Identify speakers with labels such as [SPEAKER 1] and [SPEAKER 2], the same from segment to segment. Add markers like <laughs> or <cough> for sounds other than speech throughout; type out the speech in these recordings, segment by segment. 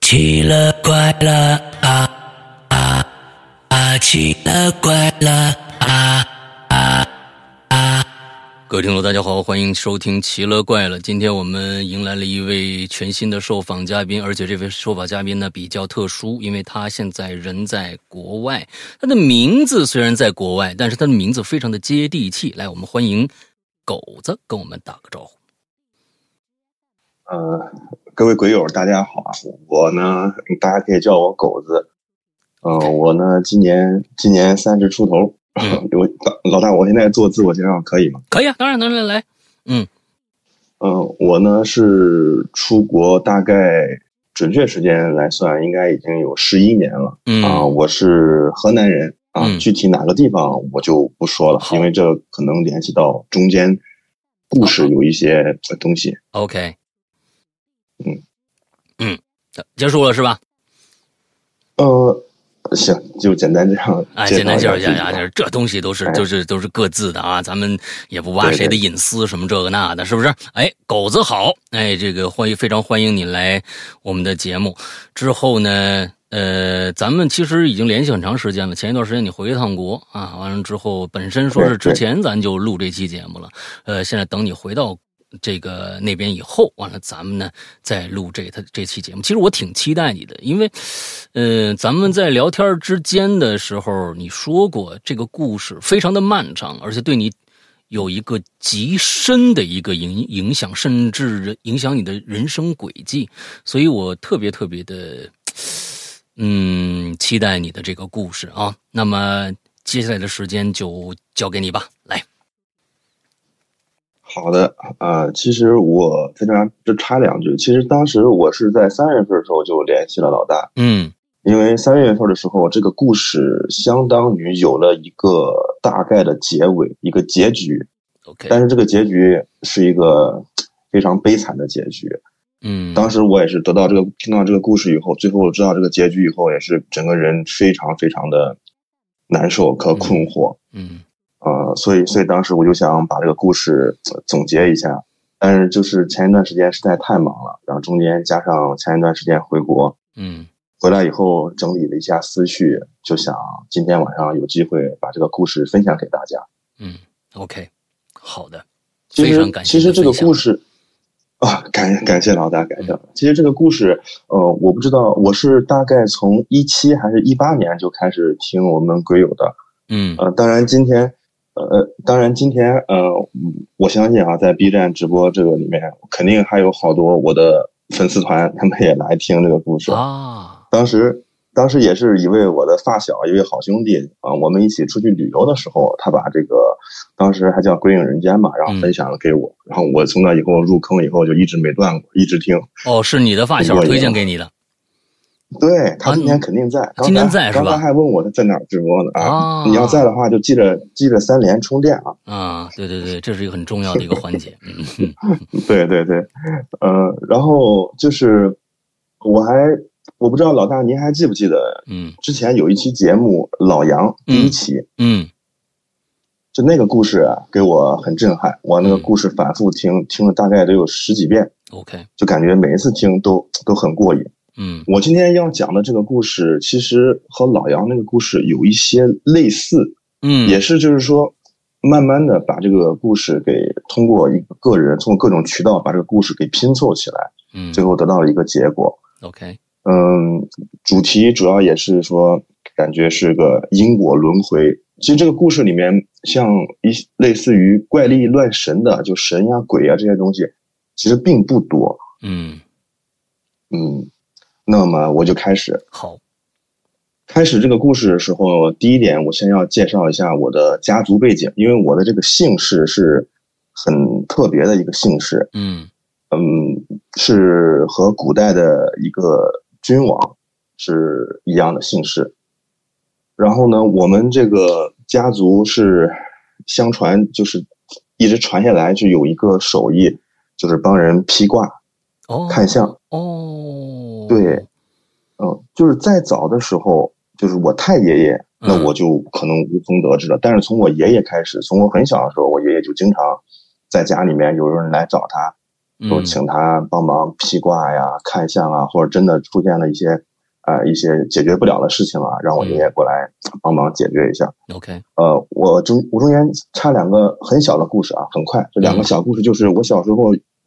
[SPEAKER 1] 奇了怪了啊啊啊！奇了怪了啊啊啊！
[SPEAKER 2] 各位听众，大家好，欢迎收听《奇了怪了》。今天我们迎来了一位全新的受访嘉宾，而且这位受访嘉宾呢比较特殊，因为他现在人在国外，他的名字虽然在国外，但是他的名字非常的接地气。来，我们欢迎狗子跟我们打个招呼。
[SPEAKER 3] 呃，各位鬼友，大家好啊！我呢，大家可以叫我狗子。嗯、呃，我呢，今年今年三十出头。
[SPEAKER 2] 嗯
[SPEAKER 3] 我大老大，我现在做自我介绍可以吗？
[SPEAKER 2] 可以啊，当然能来来，嗯
[SPEAKER 3] 嗯、我呢是出国，大概准确时间来算，应该已经有十一年了
[SPEAKER 2] 嗯
[SPEAKER 3] 啊、我是河南人啊、
[SPEAKER 2] 嗯
[SPEAKER 3] 具体哪个地方我就不说了，
[SPEAKER 2] 好
[SPEAKER 3] 因为这可能联系到中间故事有一些东西。
[SPEAKER 2] ，OK，
[SPEAKER 3] 嗯
[SPEAKER 2] 嗯，结束了是吧？
[SPEAKER 3] 呃，行，就简单这样
[SPEAKER 2] 哎，
[SPEAKER 3] 介
[SPEAKER 2] 简
[SPEAKER 3] 绍
[SPEAKER 2] 单
[SPEAKER 3] 一
[SPEAKER 2] 介
[SPEAKER 3] 下
[SPEAKER 2] 绍
[SPEAKER 3] 自
[SPEAKER 2] 一
[SPEAKER 3] 己
[SPEAKER 2] 下
[SPEAKER 3] 吧。
[SPEAKER 2] 啊，这这东西都是
[SPEAKER 3] 哎
[SPEAKER 2] 都是都是各自的啊，咱们也不挖
[SPEAKER 3] 对对
[SPEAKER 2] 谁的隐私什么这个那的，是不是？哎，狗子好，哎，这个欢迎非常欢迎你来我们的节目。之后呢，呃，咱们其实已经联系很长时间了，前一段时间你回一趟国啊，完了之后本身说是
[SPEAKER 3] 对对
[SPEAKER 2] 之前咱就录这期节目了，呃，现在等你回到。这个那边以后，完了咱们呢再录这他这期节目。其实我挺期待你的，因为，呃，咱们在聊天之间的时候，你说过这个故事非常的漫长，而且对你有一个极深的一个影影响，甚至影响你的人生轨迹。所以我特别特别的，嗯，期待你的这个故事啊。那么接下来的时间就交给你吧，来，
[SPEAKER 3] 好的，呃，其实我在这儿就插两句。其实当时我是在三月份的时候就联系了老大，
[SPEAKER 2] 嗯
[SPEAKER 3] 因为三月份的时候，这个故事相当于有了一个大概的结尾，一个结局，
[SPEAKER 2] ，OK，
[SPEAKER 3] 但是这个结局是一个非常悲惨的结局。
[SPEAKER 2] 嗯，
[SPEAKER 3] 当时我也是得到这个听到这个故事以后，最后知道这个结局以后，也是整个人非常非常的难受和困惑。
[SPEAKER 2] 嗯
[SPEAKER 3] 呃，所以所以当时我就想把这个故事呃总结一下，但是就是前一段时间实在太忙了，然后中间加上前一段时间回国，
[SPEAKER 2] 嗯
[SPEAKER 3] 回来以后整理了一下思绪，就想今天晚上有机会把这个故事分享给大家。
[SPEAKER 2] 嗯，OK，好的，
[SPEAKER 3] 其
[SPEAKER 2] 非
[SPEAKER 3] 实
[SPEAKER 2] 常感谢
[SPEAKER 3] 其
[SPEAKER 2] 你的
[SPEAKER 3] 实这个
[SPEAKER 2] 分享嗯
[SPEAKER 3] 故事啊，感感谢老大，感谢老大。其实这个故事，呃，我不知道我是大概从一七还是一八年就开始听我们鬼友的，
[SPEAKER 2] 嗯
[SPEAKER 3] 呃，当然今天，呃，当然今天，呃，嗯我相信啊，在 B 站直播这个里面，肯定还有好多我的粉丝团，他们也来听这个故事。
[SPEAKER 2] 啊，
[SPEAKER 3] 当时，当时也是一位我的发小，一位好兄弟啊、我们一起出去旅游的时候，他把这个当时还叫《归隐人间》嘛，
[SPEAKER 2] 嗯
[SPEAKER 3] 然后分享了给我，然后我从那以后入坑以后就一直没断过，一直听。
[SPEAKER 2] 哦，是你的发小
[SPEAKER 3] 我也
[SPEAKER 2] 推荐给你的
[SPEAKER 3] 对他今
[SPEAKER 2] 啊
[SPEAKER 3] 天肯定在，刚
[SPEAKER 2] 今天
[SPEAKER 3] 才
[SPEAKER 2] 在是
[SPEAKER 3] 刚
[SPEAKER 2] 吧
[SPEAKER 3] 才还问我他在哪儿直播呢
[SPEAKER 2] 啊
[SPEAKER 3] 你要在的话就记着记着三连充电啊。
[SPEAKER 2] 啊，对对对，这是一个很重要的一个环节，嗯
[SPEAKER 3] 对对对，呃，然后就是我还我不知道老大您还记不记得
[SPEAKER 2] 嗯
[SPEAKER 3] 之前有一期节目老杨第一期，
[SPEAKER 2] 嗯
[SPEAKER 3] 就那个故事啊，给我很震撼，我那个
[SPEAKER 2] 嗯
[SPEAKER 3] 故事反复听，听了大概得有十几遍，
[SPEAKER 2] ，OK，
[SPEAKER 3] 就感觉每一次听都都很过瘾。
[SPEAKER 2] 嗯
[SPEAKER 3] 我今天要讲的这个故事，其实和老杨那个故事有一些类似，
[SPEAKER 2] 嗯，
[SPEAKER 3] 也是就是说。慢慢的把这个故事给通过一个个人，通过各种渠道把这个故事给拼凑起来，
[SPEAKER 2] 嗯
[SPEAKER 3] 最后得到了一个结果。
[SPEAKER 2] ，OK，
[SPEAKER 3] 嗯，主题主要也是说，感觉是个因果轮回。其实这个故事里面，像一类似于怪力乱神的，就神呀、鬼呀这些东西，其实并不多。
[SPEAKER 2] 嗯，
[SPEAKER 3] 嗯，那么我就开始
[SPEAKER 2] 好，
[SPEAKER 3] 开始这个故事的时候，第一点，我先要介绍一下我的家族背景，因为我的这个姓氏是很特别的一个姓氏。
[SPEAKER 2] 嗯
[SPEAKER 3] 嗯，是和古代的一个君王是一样的姓氏。然后呢，我们这个家族是相传就是一直传下来，就有一个手艺，就是帮人披挂
[SPEAKER 2] 哦，
[SPEAKER 3] 看相。
[SPEAKER 2] 哦，
[SPEAKER 3] 对，嗯，就是再早的时候，就是我太爷爷，那
[SPEAKER 2] 嗯
[SPEAKER 3] 我就可能无从得知了。但是从我爷爷开始，从我很小的时候，我爷爷就经常在家里面有人来找他，
[SPEAKER 2] 嗯
[SPEAKER 3] 说请他帮忙披挂呀、看相啊，或者真的出现了一些呃一些解决不了的事情啊，让我
[SPEAKER 2] 嗯
[SPEAKER 3] 爷爷过来帮忙解决一下。
[SPEAKER 2] OK，
[SPEAKER 3] 呃，我中我中间插两个很小的故事啊，很快，这两个
[SPEAKER 2] 嗯
[SPEAKER 3] 小故事就是我小时候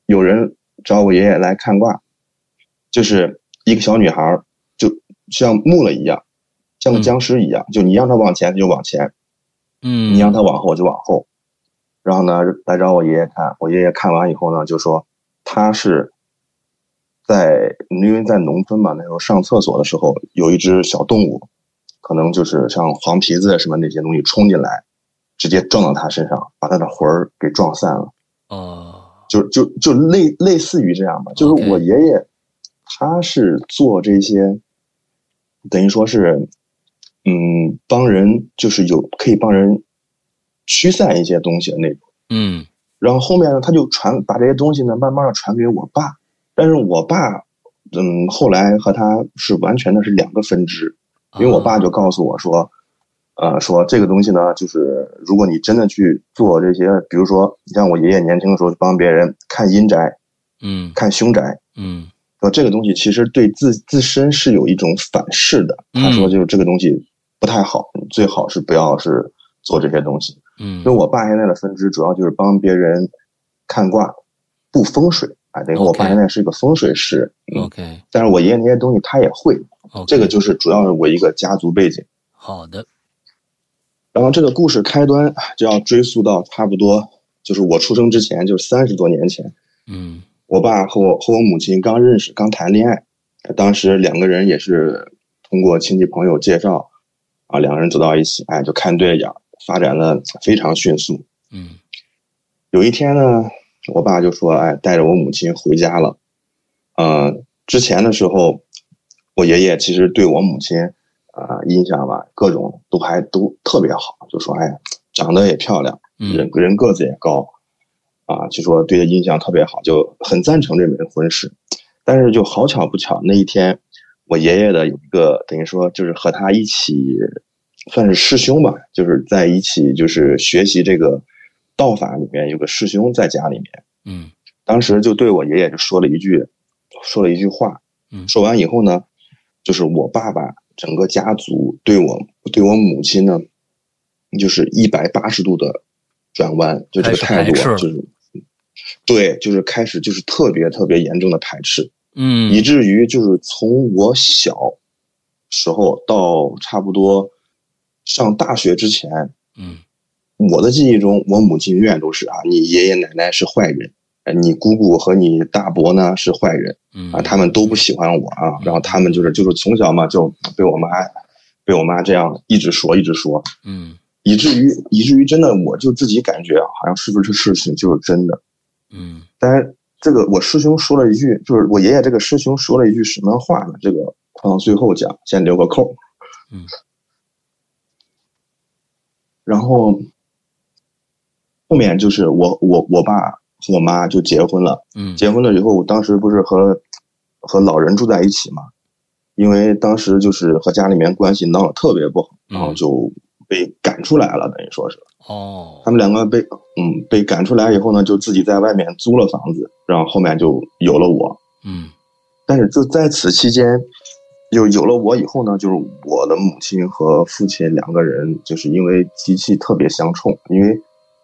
[SPEAKER 3] 有人找我爷爷来看卦，就是一个小女孩儿就像木了一样，像个
[SPEAKER 2] 嗯
[SPEAKER 3] 僵尸一样，就你让她往前她就往前，
[SPEAKER 2] 嗯，
[SPEAKER 3] 你让她往后就往后。然后呢，来找我爷爷看，我爷爷看完以后呢，就说他是在因为在农村嘛，那时候上厕所的时候有一只小动物，可能就是像黄皮子什么那些东西冲进来，直接撞到他身上，把他的魂儿给撞散了。
[SPEAKER 2] 哦，
[SPEAKER 3] 就就就类类似于这样吧，就是
[SPEAKER 2] OK
[SPEAKER 3] 我爷爷他是做这些，等于说是，嗯，帮人就是有可以帮人驱散一些东西的那种。
[SPEAKER 2] 嗯
[SPEAKER 3] 然后后面呢，他就传把这些东西呢，慢慢的传给我爸，但是我爸，嗯，后来和他是完全的是两个分支，因为我爸就告诉我说，呃，说这个东西呢，就是如果你真的去做这些，比如说你像我爷爷年轻的时候帮别人看阴宅、
[SPEAKER 2] 嗯
[SPEAKER 3] 看凶宅，
[SPEAKER 2] 嗯
[SPEAKER 3] 说这个东西其实对自自身是有一种反噬的。他说
[SPEAKER 2] 嗯
[SPEAKER 3] 就是这个东西不太好，最好是不要是做这些东西。
[SPEAKER 2] 嗯，
[SPEAKER 3] 所以我爸现在的分支主要就是帮别人看卦，布风水。啊，等于说我爸
[SPEAKER 2] OK
[SPEAKER 3] 现在是一个风水师，嗯，
[SPEAKER 2] OK
[SPEAKER 3] 但是我爷爷那些东西他也会，
[SPEAKER 2] OK，
[SPEAKER 3] 这个就是主要是我一个家族背景。
[SPEAKER 2] 好的，
[SPEAKER 3] 然后这个故事开端啊就要追溯到差不多就是我出生之前，就是三十多年前，
[SPEAKER 2] 嗯
[SPEAKER 3] 我爸和我和我母亲刚认识，刚谈恋爱，当时两个人也是通过亲戚朋友介绍，啊，两个人走到一起，哎，就看对眼儿，发展的非常迅速。
[SPEAKER 2] 嗯
[SPEAKER 3] 有一天呢，我爸就说：“哎，带着我母亲回家了。”呃，之前的时候，我爷爷其实对我母亲啊、呃印象吧，各种都还都特别好，就说：“哎，长得也漂亮，人
[SPEAKER 2] 嗯
[SPEAKER 3] 人个子也高，啊，就说对他印象特别好，就很赞成这门婚事。”但是就好巧不巧，那一天我爷爷的有一个等于说就是和他一起算是师兄吧，就是在一起就是学习这个道法里面有个师兄在家里面，
[SPEAKER 2] 嗯
[SPEAKER 3] 当时就对我爷爷就说了一句，说了一句话
[SPEAKER 2] 嗯，
[SPEAKER 3] 说完以后呢，就是我爸爸整个家族对我对我母亲呢，就是一百八十度的转弯，就这个态度啊
[SPEAKER 2] 开始排斥
[SPEAKER 3] 就是。对，就是开始就是特别特别严重的排斥，
[SPEAKER 2] 嗯
[SPEAKER 3] 以至于就是从我小时候到差不多上大学之前，
[SPEAKER 2] 嗯
[SPEAKER 3] 我的记忆中，我母亲永远都是啊，你爷爷奶奶是坏人，呃你姑姑和你大伯呢是坏人
[SPEAKER 2] 嗯
[SPEAKER 3] 啊，他们都不喜欢我啊，然后他们就是就是从小嘛就被我妈被我妈这样一直说一直说，
[SPEAKER 2] 嗯
[SPEAKER 3] 以至于以至于真的我就自己感觉啊好像是不是这事情就是真的，
[SPEAKER 2] 嗯
[SPEAKER 3] 但是这个我师兄说了一句，就是我爷爷这个师兄说了一句什么话呢？这个放到最后讲，先留个扣。
[SPEAKER 2] 嗯。
[SPEAKER 3] 然后后面就是我我我爸和我妈就结婚了。
[SPEAKER 2] 嗯
[SPEAKER 3] 结婚了以后，我当时不是和和老人住在一起嘛，因为当时就是和家里面关系闹得特别不好，
[SPEAKER 2] 嗯
[SPEAKER 3] 然后就被赶出来了，等于说是。
[SPEAKER 2] 哦
[SPEAKER 3] 他们两个被嗯被赶出来以后呢，就自己在外面租了房子，然后后面就有了我。
[SPEAKER 2] 嗯
[SPEAKER 3] 但是就在此期间，有有了我以后呢，就是我的母亲和父亲两个人，就是因为脾气特别相冲。因为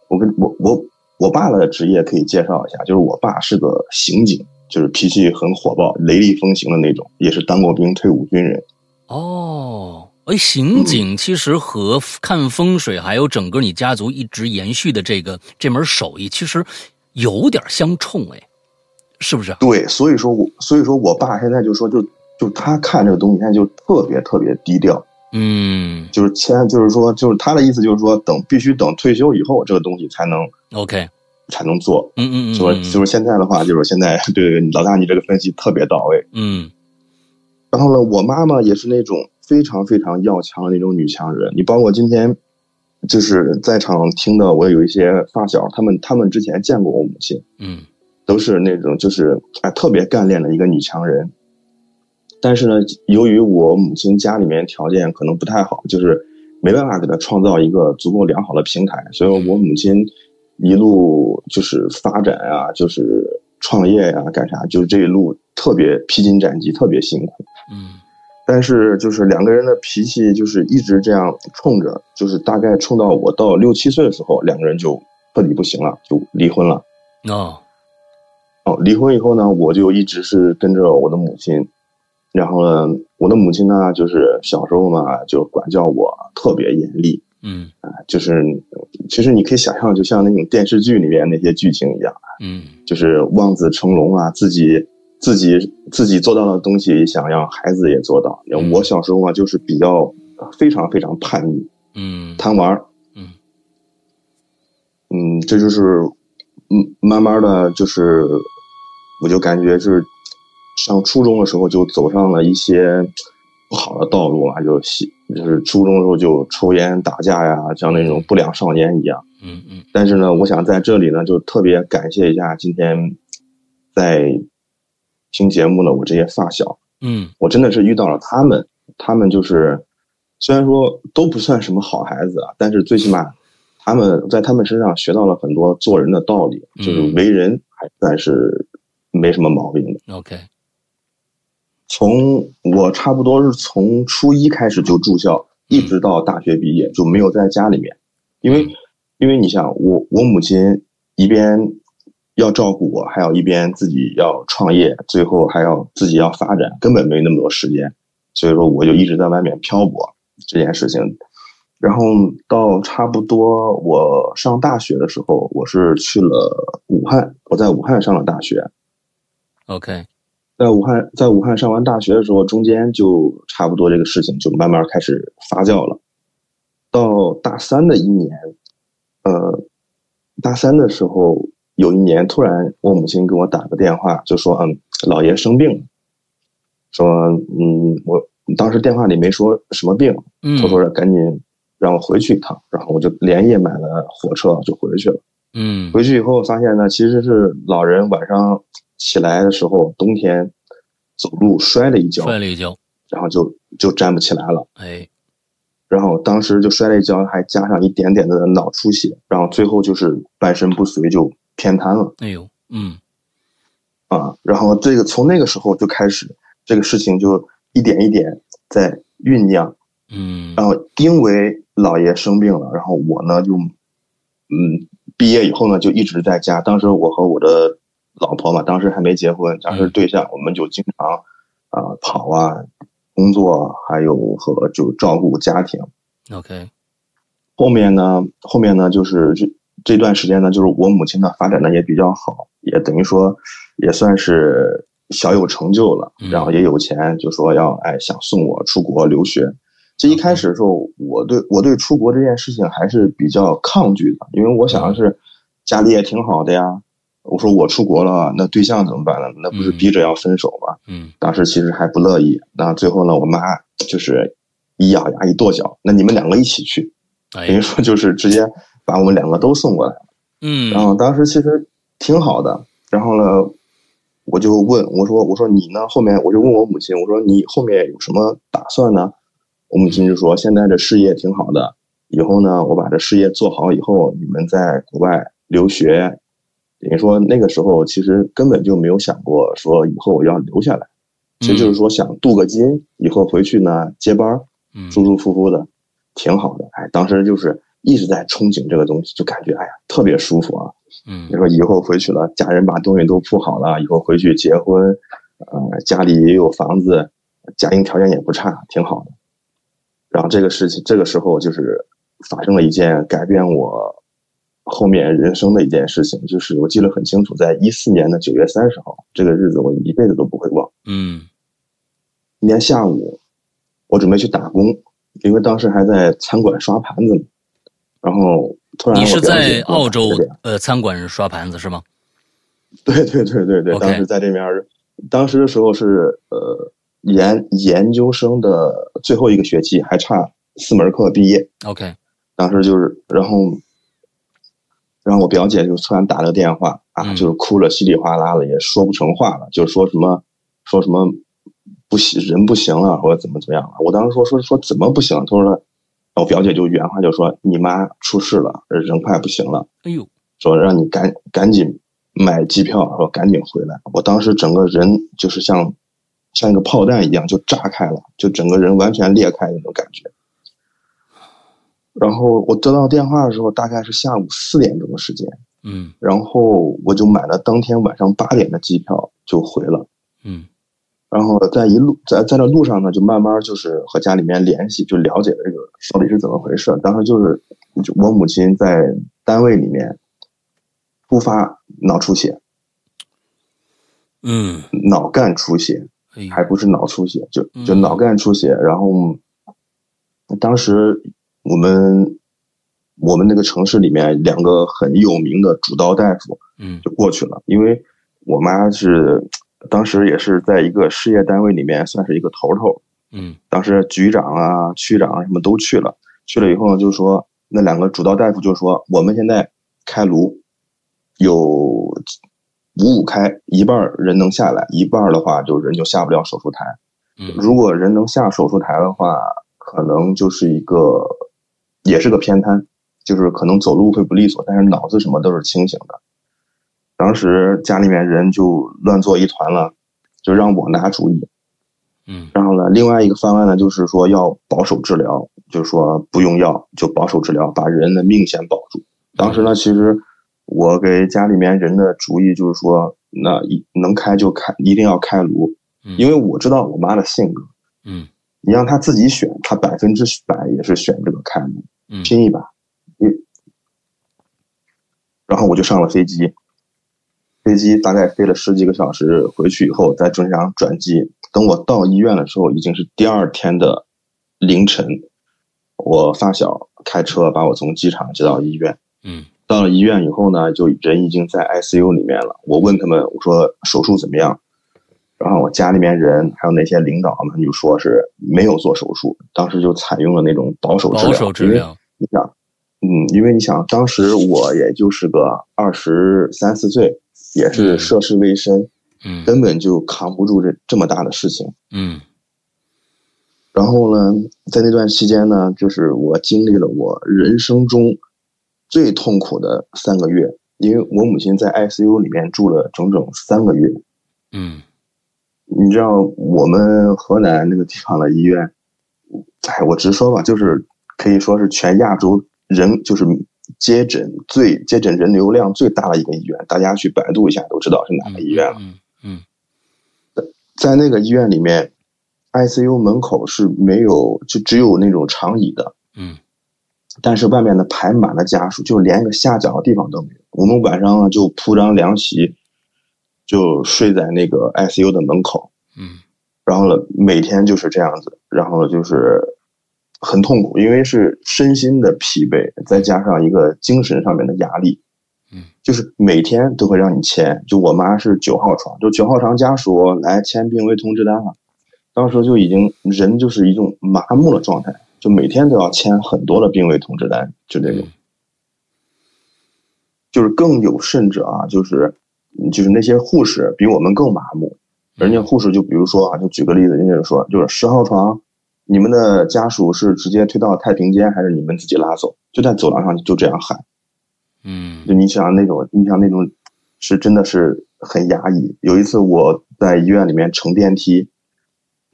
[SPEAKER 3] 我跟我我我爸的职业可以介绍一下，就是我爸是个刑警，就是脾气很火爆、雷厉风行的那种，也是当过兵、退伍军人。
[SPEAKER 2] 哦。哎，
[SPEAKER 3] 嗯
[SPEAKER 2] 刑警其实和看风水，还有整个你家族一直延续的这个这门手艺，其实有点相冲，哎，是不是啊？
[SPEAKER 3] 对，所以说我所以说我爸现在就说就就他看这个东西，现在就特别特别低调。
[SPEAKER 2] 嗯
[SPEAKER 3] 就是签，就是说，就是他的意思就是说，等必须等退休以后，这个东西才能
[SPEAKER 2] ，OK，
[SPEAKER 3] 才能做。
[SPEAKER 2] 嗯嗯嗯，
[SPEAKER 3] 就是就是现在的话，就是现在 <laughs> 对老大你这个分析特别到位。
[SPEAKER 2] 嗯
[SPEAKER 3] 然后呢，我妈妈也是那种非常非常要强的那种女强人。你包括今天就是在场听的，我有一些发小，他们他们之前见过我母亲，
[SPEAKER 2] 嗯
[SPEAKER 3] 都是那种就是哎特别干练的一个女强人。但是呢，由于我母亲家里面条件可能不太好，就是没办法给她创造一个足够良好的平台，所以我母亲一路就是发展啊，就是创业呀、干啥，就是这一路特别披荆斩棘，特别辛苦。
[SPEAKER 2] 嗯
[SPEAKER 3] 但是就是两个人的脾气就是一直这样冲着，就是大概冲到我到六七岁的时候，两个人就彻底不行了，就离婚了。
[SPEAKER 2] 哦
[SPEAKER 3] 哦，离婚以后呢，我就一直是跟着我的母亲，然后呢，我的母亲呢，就是小时候嘛，就管教我特别严厉，
[SPEAKER 2] 嗯
[SPEAKER 3] 就是其实你可以想象，就像那种电视剧里面那些剧情一样，
[SPEAKER 2] 嗯
[SPEAKER 3] 就是望子成龙啊，自己自己自己做到的东西，想让孩子也做到
[SPEAKER 2] 嗯。
[SPEAKER 3] 我小时候啊，就是比较非常非常叛逆，
[SPEAKER 2] 嗯
[SPEAKER 3] 贪玩儿
[SPEAKER 2] 嗯
[SPEAKER 3] 嗯，这就是，嗯，慢慢的就是，我就感觉是上初中的时候就走上了一些不好的道路啊，就吸，就是初中的时候就抽烟打架呀，像那种不良少年一样。
[SPEAKER 2] 嗯嗯
[SPEAKER 3] 但是呢，我想在这里呢，就特别感谢一下今天在听节目的我这些发小，
[SPEAKER 2] 嗯
[SPEAKER 3] 我真的是遇到了他们，他们就是虽然说都不算什么好孩子啊，但是最起码他们在他们身上学到了很多做人的道理，
[SPEAKER 2] 嗯
[SPEAKER 3] 就是为人还算是没什么毛病的。
[SPEAKER 2] ，OK，
[SPEAKER 3] 从我差不多是从初一开始就住校，一直到大学毕业就没有在家里面，因为因为你想我我母亲一边要照顾我，还有一边自己要创业，最后还要自己要发展，根本没那么多时间，所以说我就一直在外面漂泊这件事情。然后到差不多我上大学的时候，我是去了武汉，我在武汉上了大学，
[SPEAKER 2] OK，
[SPEAKER 3] 在武汉，在武汉上完大学的时候，中间就差不多这个事情就慢慢开始发酵了。到大三的一年，呃，大三的时候有一年，突然我母亲给我打个电话，就说：“嗯，姥爷生病了。”说：“嗯，我当时电话里没说什么病，
[SPEAKER 2] 嗯，
[SPEAKER 3] 她说赶紧让我回去一趟。”然后我就连夜买了火车就回去了。
[SPEAKER 2] 嗯
[SPEAKER 3] 回去以后发现呢，其实是老人晚上起来的时候，冬天走路摔了一跤，
[SPEAKER 2] 摔了一跤，
[SPEAKER 3] 然后就就站不起来了。
[SPEAKER 2] 哎，
[SPEAKER 3] 然后当时就摔了一跤，还加上一点点的脑出血，然后最后就是半身不遂，就偏瘫了
[SPEAKER 2] 哎呦，嗯
[SPEAKER 3] 啊。然后这个从那个时候就开始，这个事情就一点一点在酝酿。
[SPEAKER 2] 嗯
[SPEAKER 3] 然后呃因为姥爷生病了，然后我呢就，嗯，毕业以后呢就一直在家。当时我和我的老婆嘛，当时还没结婚，当时对象，我们就经常啊、跑啊，工作，啊还有和就照顾家庭。
[SPEAKER 2] ，OK，
[SPEAKER 3] 后面呢，后面呢就是这这段时间呢，就是我母亲呢发展的也比较好，也等于说也算是小有成就了
[SPEAKER 2] 嗯，
[SPEAKER 3] 然后也有钱，就说要哎想送我出国留学。这一开始的时候，我对我对出国这件事情还是比较抗拒的，因为我想的是家里也挺好的呀。我说我出国了，那对象怎么办呢？那不是
[SPEAKER 2] 嗯
[SPEAKER 3] 逼着要分手吗？
[SPEAKER 2] 嗯
[SPEAKER 3] 当时其实还不乐意。那最后呢，我妈就是一咬牙一跺脚，那你们两个一起去。
[SPEAKER 2] 哎
[SPEAKER 3] 等，于说就是直接把我们两个都送过来。
[SPEAKER 2] 嗯
[SPEAKER 3] 然后当时其实挺好的，然后呢，我就问我说我说你呢？后面我就问我母亲我说你后面有什么打算呢？我母亲就说现在这事业挺好的，以后呢我把这事业做好以后，你们在国外留学。等于说那个时候其实根本就没有想过说以后要留下来，其实就是说想镀个金，以后回去呢接班儿，
[SPEAKER 2] 嗯
[SPEAKER 3] 舒舒服服的，挺好的。哎，当时就是一直在憧憬这个东西，就感觉哎呀特别舒服啊。
[SPEAKER 2] 嗯
[SPEAKER 3] 你说以后回去了，家人把东西都铺好了，以后回去结婚，呃，家里也有房子，家庭条件也不差，挺好的。然后这个事情，这个时候就是发生了一件改变我后面人生的一件事情，就是我记得很清楚，在一四年的九月三十号，这个日子我一辈子都不会忘。
[SPEAKER 2] 嗯
[SPEAKER 3] 那天下午，我准备去打工，因为当时还在餐馆刷盘子嘛。然后突然
[SPEAKER 2] 你
[SPEAKER 3] 我
[SPEAKER 2] 是
[SPEAKER 3] 表姐
[SPEAKER 2] 在
[SPEAKER 3] 给我
[SPEAKER 2] 澳
[SPEAKER 3] 打
[SPEAKER 2] 洲
[SPEAKER 3] 了个电话
[SPEAKER 2] 呃餐馆刷盘子是吗？
[SPEAKER 3] 对对对对对
[SPEAKER 2] OK
[SPEAKER 3] 当时在这边儿，当时的时候是呃研研究生的最后一个学期，还差四门课毕业。
[SPEAKER 2] OK，哎
[SPEAKER 3] 当时就是，然后，然后我表姐就突然打了个电话啊，
[SPEAKER 2] 嗯
[SPEAKER 3] 就是哭了稀里哗啦的，也说不成话了，就说什么说什么不行，人不行了，或者怎么怎么样了。我当时说说说怎么不行了？她说，我表姐就原话就说你妈出事了，人快不行了，
[SPEAKER 2] 哎呦，
[SPEAKER 3] 说让你赶赶紧买机票，说赶紧回来。我当时整个人就是像像一个炮弹一样就炸开了，就整个人完全裂开那种感觉。然后我得到电话的时候，大概是下午四点钟的时间，
[SPEAKER 2] 嗯
[SPEAKER 3] 然后我就买了当天晚上八点的机票就回了。
[SPEAKER 2] 嗯
[SPEAKER 3] 然后在一路在在这路上呢，就慢慢就是和家里面联系，就了解这个到底是怎么回事。当时就是就我母亲在单位里面突发脑出血，
[SPEAKER 2] 嗯，
[SPEAKER 3] 脑干出血，
[SPEAKER 2] 哎呦
[SPEAKER 3] 还不是脑出血，就
[SPEAKER 2] 嗯
[SPEAKER 3] 就脑干出血。然后当时我们我们那个城市里面两个很有名的主刀大夫，
[SPEAKER 2] 嗯
[SPEAKER 3] 就过去了。因为我妈是当时也是在一个事业单位里面算是一个头头，
[SPEAKER 2] 嗯
[SPEAKER 3] 当时局长啊、区长啊什么都去了。去了以后呢，就说那两个主刀大夫就说，我们现在开颅有五五开，一半儿人能下来，一半儿的话就人就下不了手术台。
[SPEAKER 2] 嗯
[SPEAKER 3] 如果人能下手术台的话，可能就是一个也是个偏瘫，就是可能走路会不利索，但是脑子什么都是清醒的。当时家里面人就乱作一团了，就让我拿主意。
[SPEAKER 2] 嗯
[SPEAKER 3] 然后呢，另外一个方案呢，就是说要保守治疗，就是说不用药就保守治疗，把人的命先保住。当时呢，其实我给家里面人的主意就是说，那一能开就开，一定要开颅，
[SPEAKER 2] 嗯，
[SPEAKER 3] 因为我知道我妈的性格，
[SPEAKER 2] 嗯
[SPEAKER 3] 你让她自己选，她百分之百也是选这个开颅，
[SPEAKER 2] 嗯
[SPEAKER 3] 拼一把。嗯，然后我就上了飞机，飞机大概飞了十几个小时，回去以后在中机场转机。等我到医院的时候，已经是第二天的凌晨。我发小开车把我从机场接到医院，
[SPEAKER 2] 嗯
[SPEAKER 3] 到了医院以后呢，就人已经在 ICU 里面了。我问他们，我说手术怎么样？然后我家里面人还有那些领导们就说是没有做手术，当时就采用了那种保守治疗。
[SPEAKER 2] 保守治
[SPEAKER 3] 因为
[SPEAKER 2] 疗，
[SPEAKER 3] 你想，嗯，因为你想，当时我也就是个二十三四岁，也是涉世未深，
[SPEAKER 2] 嗯
[SPEAKER 3] 根本就扛不住这这么大的事情。
[SPEAKER 2] 嗯
[SPEAKER 3] 然后呢，在那段期间呢，就是我经历了我人生中最痛苦的三个月，因为我母亲在 ICU 里面住了整整三个月。
[SPEAKER 2] 嗯
[SPEAKER 3] 你知道我们河南那个地方的医院，哎，我直说吧，就是可以说是全亚洲人就是接诊最接诊人流量最大的一个医院，大家去百度一下都知道是哪个医院了。
[SPEAKER 2] 嗯嗯
[SPEAKER 3] 在那个医院里面，ICU 门口是没有，就只有那种长椅的，
[SPEAKER 2] 嗯
[SPEAKER 3] 但是外面呢排满了家属，就连个下脚的地方都没有。我们晚上呢就铺张凉席，就睡在那个 ICU 的门口。
[SPEAKER 2] 嗯
[SPEAKER 3] 然后呢，每天就是这样子，然后就是很痛苦，因为是身心的疲惫，再加上一个精神上面的压力，
[SPEAKER 2] 嗯，
[SPEAKER 3] 就是每天都会让你签。就我妈是九号床，就九号床家属来签病危通知单了，当时就已经人就是一种麻木的状态，就每天都要签很多的病危通知单，就这种。就是更有甚者啊，就是就是那些护士比我们更麻木，人家护士就比如说啊，就举个例子，人家就说就是十号床，你们的家属是直接推到太平间，还是你们自己拉走？就在走廊上就这样喊，
[SPEAKER 2] 嗯
[SPEAKER 3] 就你想那种，你想那种，是真的是很压抑。有一次我在医院里面乘电梯，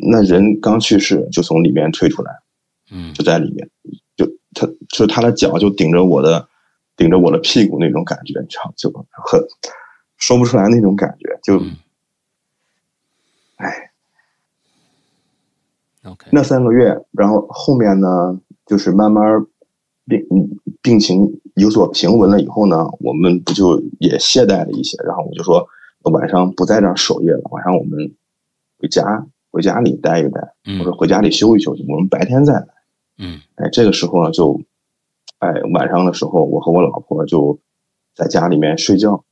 [SPEAKER 3] 那人刚去世就从里面推出来，
[SPEAKER 2] 嗯
[SPEAKER 3] 就在里面，就他就他的脚就顶着我的顶着我的屁股那种感觉，你知道就很说不出来那种感觉，就
[SPEAKER 2] 嗯
[SPEAKER 3] 哎。
[SPEAKER 2] ，OK，
[SPEAKER 3] 那三个月，然后后面呢，就是慢慢病嗯病情有所平稳了以后呢，我们不就也懈怠了一些，然后我就说晚上不在这儿守夜了，晚上我们回家回家里待一待，
[SPEAKER 2] 嗯
[SPEAKER 3] 我说回家里休息休息，我们白天再来。
[SPEAKER 2] 嗯
[SPEAKER 3] 哎，这个时候呢，就，哎，晚上的时候，我和我老婆就在家里面睡觉，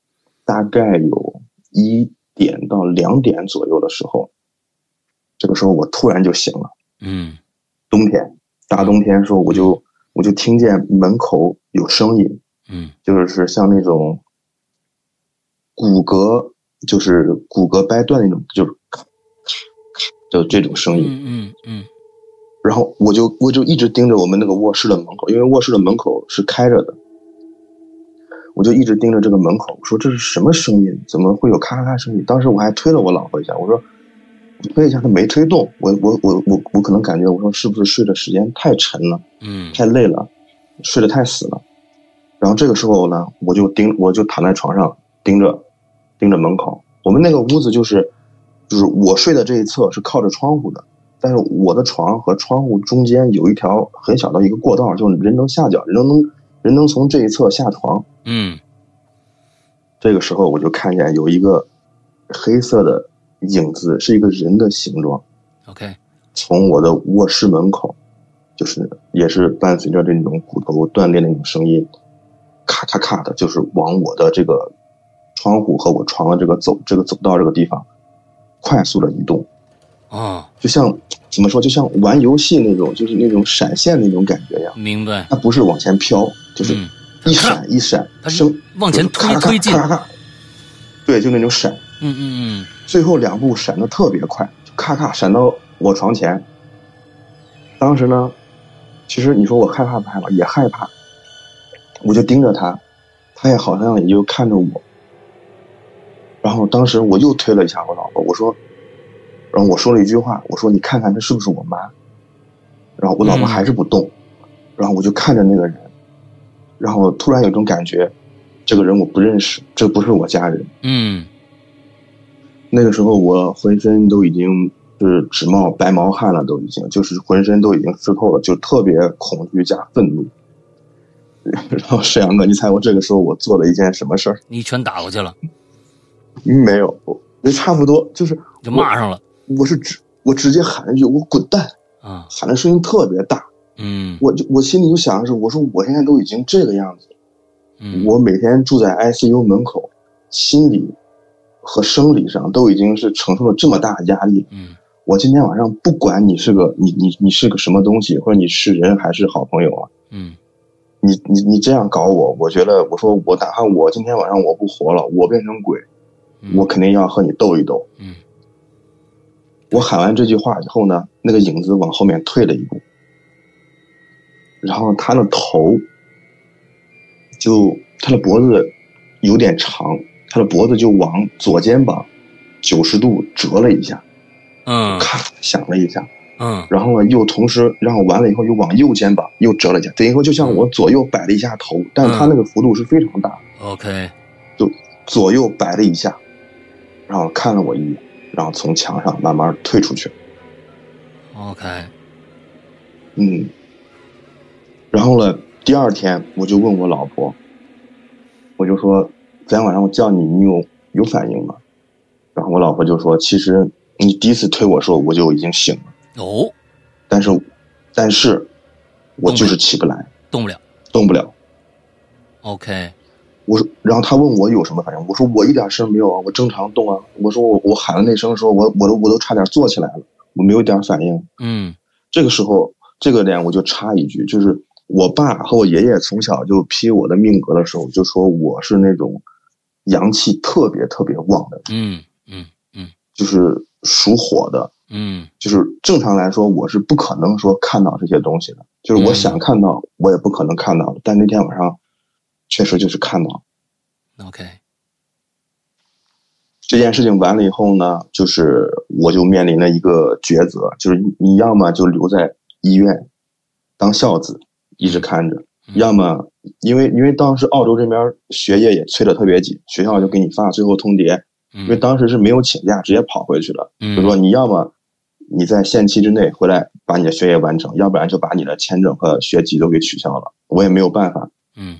[SPEAKER 3] 大概有一点到两点左右的时候，这个时候我突然就醒了。
[SPEAKER 2] 嗯
[SPEAKER 3] 冬天，大冬天的时候，我就我就听见门口有声音，
[SPEAKER 2] 嗯
[SPEAKER 3] 就是像那种骨骼，就是骨骼掰断那种，就是咔咔咔就这种声音。
[SPEAKER 2] 嗯嗯
[SPEAKER 3] 然后我就我就一直盯着我们那个卧室的门口，因为卧室的门口是开着的。我就一直盯着这个门口，我说这是什么声音？怎么会有咔咔咔声音？当时我还推了我老婆一下，我说我推一下，她没推动。我我我我我可能感觉我说是不是睡的时间太沉了，
[SPEAKER 2] 嗯
[SPEAKER 3] 太累了，睡得太死了。然后这个时候呢，我就盯，我就躺在床上盯着盯着门口。我们那个屋子就是就是我睡的这一侧是靠着窗户的，但是我的床和窗户中间有一条很小的一个过道，就是人能下脚，人能人能从这一侧下床。
[SPEAKER 2] 嗯
[SPEAKER 3] 这个时候我就看见有一个黑色的影子，是一个人的形状，
[SPEAKER 2] ，OK，
[SPEAKER 3] 从我的卧室门口，就是也是伴随着这种骨头断裂的那种声音，咔咔咔的，就是往我的这个窗户和我床的这个走这个走道这个地方快速的移动，
[SPEAKER 2] 哦，
[SPEAKER 3] 就像怎么说，就像玩游戏那种，就是那种闪现那种感觉一样。
[SPEAKER 2] 明白，
[SPEAKER 3] 它不是往前飘，就是
[SPEAKER 2] 嗯
[SPEAKER 3] 一闪一闪，
[SPEAKER 2] 它是
[SPEAKER 3] 声
[SPEAKER 2] 往前
[SPEAKER 3] 就是咔
[SPEAKER 2] 推
[SPEAKER 3] 咔咔
[SPEAKER 2] 推进
[SPEAKER 3] 咔咔咔对，就那种闪。
[SPEAKER 2] 嗯嗯
[SPEAKER 3] 最后两步闪的特别快，就咔咔闪到我床前。当时呢，其实你说我害怕不害怕？也害怕，我就盯着他，他也好像也就看着我。然后当时我又推了一下我老婆，我说，然后我说了一句话，我说你看看她是不是我妈。然后我老婆
[SPEAKER 2] 嗯
[SPEAKER 3] 还是不动，然后我就看着那个人，然后突然有种感觉，这个人我不认识，这不是我家人。
[SPEAKER 2] 嗯
[SPEAKER 3] 那个时候我浑身都已经是直冒白毛汗了，都已经就是浑身都已经湿透了，就特别恐惧加愤怒。 <laughs> 然后沈阳哥，你猜我这个时候我做了一件什么事儿嗯
[SPEAKER 2] 嗯，？你一拳打过去了，
[SPEAKER 3] 没有，我差不多就是
[SPEAKER 2] 就骂上了
[SPEAKER 3] 我是直我直接喊一句我滚蛋，
[SPEAKER 2] 啊，
[SPEAKER 3] 喊的声音特别大，
[SPEAKER 2] 嗯
[SPEAKER 3] 我就我心里就想的是，我说我现在都已经这个样子，
[SPEAKER 2] 嗯，
[SPEAKER 3] 我每天住在 ICU 门口，心理和生理上都已经是承受了这么大的压力了。
[SPEAKER 2] 嗯
[SPEAKER 3] 我今天晚上不管你是个你你你是个什么东西，或者你是人还是好朋友啊，
[SPEAKER 2] 嗯
[SPEAKER 3] 你你你这样搞我，我觉得我说我哪怕我今天晚上我不活了，我变成鬼，
[SPEAKER 2] 嗯，
[SPEAKER 3] 我肯定要和你斗一斗。
[SPEAKER 2] 嗯
[SPEAKER 3] 我喊完这句话以后呢，那个影子往后面退了一步，然后他的头就他的脖子有点长，他的脖子就往左肩膀九十度折了一下，
[SPEAKER 2] 嗯
[SPEAKER 3] 咔响了一下。
[SPEAKER 2] 嗯
[SPEAKER 3] 然后呢，又同时让我完了以后又往右肩膀又折了一下，等于说就像我左右摆了一下头，但是他那个幅度是非常大的，
[SPEAKER 2] ，OK，
[SPEAKER 3] 左右摆了一下，然后看了我一眼，然后从墙上慢慢退出去，
[SPEAKER 2] OK，
[SPEAKER 3] 嗯，然后呢，第二天我就问我老婆，我就说昨天晚上我叫你，你有有反应吗？然后我老婆就说，其实你第一次推我说我就已经醒了，
[SPEAKER 2] 哦，
[SPEAKER 3] 但是但是我就是起不来，
[SPEAKER 2] 动不了
[SPEAKER 3] 动不了。
[SPEAKER 2] ，OK，
[SPEAKER 3] 我说，然后他问我有什么反应，我说我一点声没有啊，我正常动啊。我说我我喊了那声的时候，我我都我都差点坐起来了，我没有一点反应。
[SPEAKER 2] 嗯
[SPEAKER 3] 这个时候，这个点我就插一句，就是我爸和我爷爷从小就批我的命格的时候，就说我是那种阳气特别特别旺的，
[SPEAKER 2] 嗯嗯嗯
[SPEAKER 3] 就是属火的，
[SPEAKER 2] 嗯
[SPEAKER 3] 就是正常来说我是不可能说看到这些东西的，就是我
[SPEAKER 2] 嗯
[SPEAKER 3] 想看到我也不可能看到，但那天晚上确实就是看到了。
[SPEAKER 2] ，OK，
[SPEAKER 3] 这件事情完了以后呢，就是我就面临了一个抉择，就是你你要么就留在医院当孝子，一直看着，
[SPEAKER 2] 嗯
[SPEAKER 3] 要么因为因为当时澳洲这边学业也催得特别紧，学校就给你发最后通牒，因为
[SPEAKER 2] 嗯
[SPEAKER 3] 当时是没有请假，直接跑回去了，就说
[SPEAKER 2] 嗯
[SPEAKER 3] 你要么你在限期之内回来把你的学业完成，要不然就把你的签证和学籍都给取消了，我也没有办法，
[SPEAKER 2] 嗯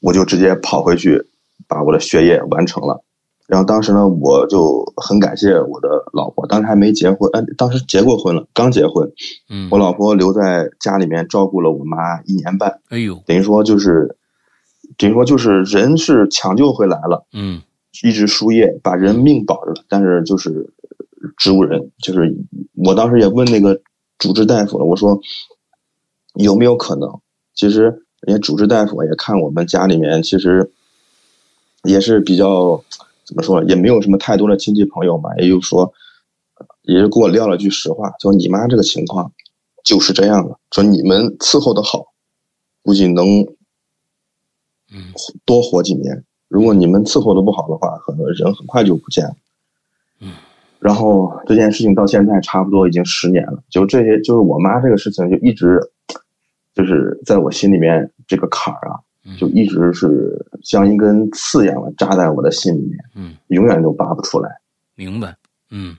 [SPEAKER 3] 我就直接跑回去把我的学业完成了。然后当时呢，我就很感谢我的老婆，当时还没结婚，呃，当时结过婚了，刚结婚。
[SPEAKER 2] 嗯
[SPEAKER 3] 我，老婆留在家里面照顾了我妈一年半，
[SPEAKER 2] 哎呦，
[SPEAKER 3] 等于说就是，等于说就是人是抢救回来了，
[SPEAKER 2] 嗯
[SPEAKER 3] 一直输液，把人命保着了，但是就是呃植物人，就是我当时也问那个主治大夫了，我说有没有可能？其实人家主治大夫也看我们家里面，其实也是比较怎么说，也没有什么太多的亲戚朋友嘛，也就是说，也是给我撂了句实话，说你妈这个情况就是这样了，说你们伺候的好，估计能
[SPEAKER 2] 嗯
[SPEAKER 3] 多活几年。如果你们伺候的不好的话，可能人很快就不见了。
[SPEAKER 2] 嗯，
[SPEAKER 3] 然后这件事情到现在差不多已经十年了，就这些，就是我妈这个事情就一直就是在我心里面这个坎儿啊，
[SPEAKER 2] 嗯
[SPEAKER 3] 就一直是像一根刺一样的扎在我的心里面，
[SPEAKER 2] 嗯，
[SPEAKER 3] 永远都拔不出来。
[SPEAKER 2] 明白，嗯，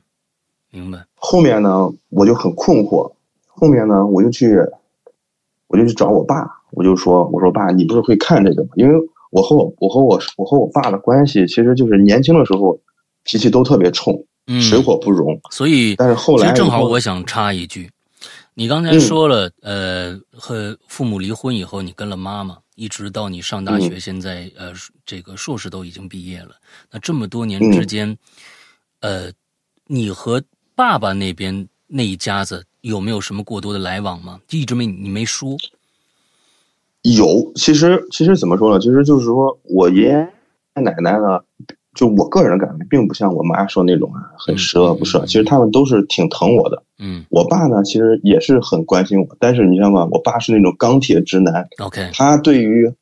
[SPEAKER 2] 明白，
[SPEAKER 3] 后面呢，我就很困惑。后面呢，我就去，我就去找我爸，我就说，我说爸，你不是会看这个吗？因为我和我我和我我和我爸的关系，其实就是年轻的时候脾气都特别冲，
[SPEAKER 2] 嗯，
[SPEAKER 3] 水火不容。
[SPEAKER 2] 所以
[SPEAKER 3] 但是后
[SPEAKER 2] 其
[SPEAKER 3] 来
[SPEAKER 2] 实正好
[SPEAKER 3] 以后嗯
[SPEAKER 2] 我想插一句，你刚才说了，呃，和父母离婚以后，你跟了妈妈，一直到你上大学，
[SPEAKER 3] 嗯
[SPEAKER 2] 现在呃，这个硕士都已经毕业了。那这么多年
[SPEAKER 3] 嗯
[SPEAKER 2] 之间，呃，你和爸爸那边那一家子有没有什么过多的来往吗？一直没你没说，
[SPEAKER 3] 有，其实其实怎么说呢？其实就是说我爷爷奶奶呢，就我个人感觉，并不像我妈说那种啊，很十恶不
[SPEAKER 2] 嗯
[SPEAKER 3] 赦。
[SPEAKER 2] 嗯嗯
[SPEAKER 3] 其实他们都是挺疼我的。
[SPEAKER 2] 嗯
[SPEAKER 3] 我爸呢，其实也是很关心我，但是你知道吗？我爸是那种钢铁直男，
[SPEAKER 2] ，OK，
[SPEAKER 3] 他对于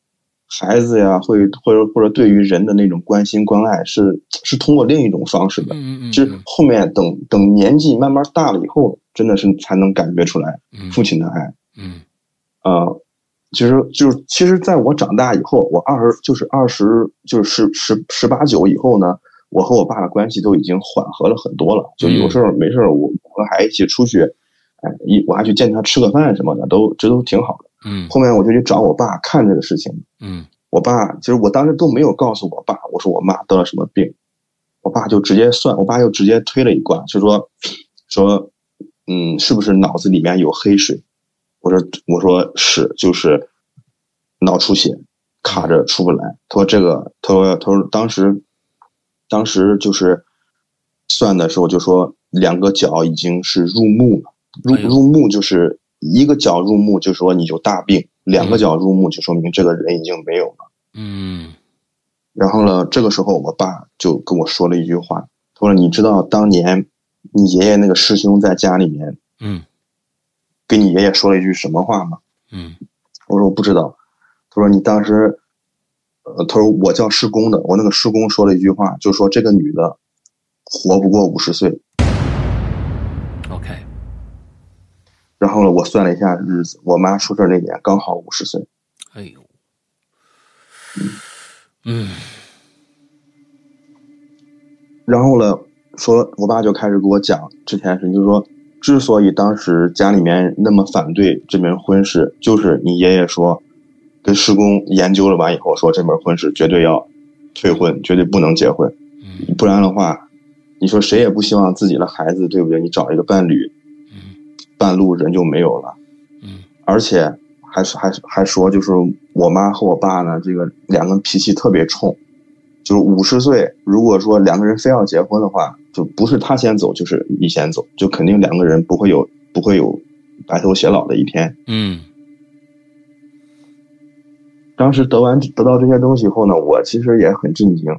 [SPEAKER 3] 孩子呀，会或者或者对于人的那种关心关爱是是通过另一种方式的。
[SPEAKER 2] 嗯嗯嗯，
[SPEAKER 3] 其实后面等等年纪慢慢大了以后，真的是才能感觉出来
[SPEAKER 2] 嗯
[SPEAKER 3] 父亲的爱。
[SPEAKER 2] 嗯
[SPEAKER 3] 呃，其实就是其实在我长大以后，我二十就是二十就是十十十八九以后呢，我和我爸的关系都已经缓和了很多了。就
[SPEAKER 2] 嗯
[SPEAKER 3] 有时候没事儿，我我还一起出去，哎，一我还去见他吃个饭什么的，都这都挺好的。
[SPEAKER 2] 嗯
[SPEAKER 3] 后面我就去找我爸看这个事情，
[SPEAKER 2] 嗯
[SPEAKER 3] 我爸其实我当时都没有告诉我爸，我说我妈得了什么病，我爸就直接算，我爸就直接推了一卦，就说说嗯，是不是脑子里面有黑水？我说我说是，就是脑出血卡着出不来。他说这个，他说他说当时当时就是算的时候就说两个脚已经是入木了，入
[SPEAKER 2] 哎呦
[SPEAKER 3] 入木就是一个脚入木就说你有大病，两个脚入木就说明这个人已经没有了。
[SPEAKER 2] 嗯
[SPEAKER 3] 然后呢，这个时候我爸就跟我说了一句话，他说：“你知道当年你爷爷那个师兄在家里面
[SPEAKER 2] 嗯
[SPEAKER 3] 跟你爷爷说了一句什么话吗
[SPEAKER 2] 嗯？”
[SPEAKER 3] 我说：“我不知道。”他说：“你当时，呃，他说我叫师公的，我那个师公说了一句话，就说这个女的活不过五十岁。
[SPEAKER 2] ，OK，”
[SPEAKER 3] 然后呢，我算了一下日子，我妈出事那年刚好五十岁。
[SPEAKER 2] 哎呦，嗯
[SPEAKER 3] 然后呢，说我爸就开始给我讲之前的事情，就是说，之所以当时家里面那么反对这门婚事，就是你爷爷说，跟师公研究了完以后，说这门婚事绝对要退婚，绝对不能结婚，
[SPEAKER 2] 嗯
[SPEAKER 3] 不然的话，你说谁也不希望自己的孩子，对不对？你找一个伴侣，
[SPEAKER 2] 嗯
[SPEAKER 3] 半路人就没有了，
[SPEAKER 2] 嗯
[SPEAKER 3] 而且还是还是还说，就是我妈和我爸呢，这个两个人脾气特别冲，就是五十岁，如果说两个人非要结婚的话，就不是他先走，就是你先走，就肯定两个人不会有不会有白头偕老的一天。
[SPEAKER 2] 嗯。
[SPEAKER 3] 当时得完得到这些东西以后呢，我其实也很震惊，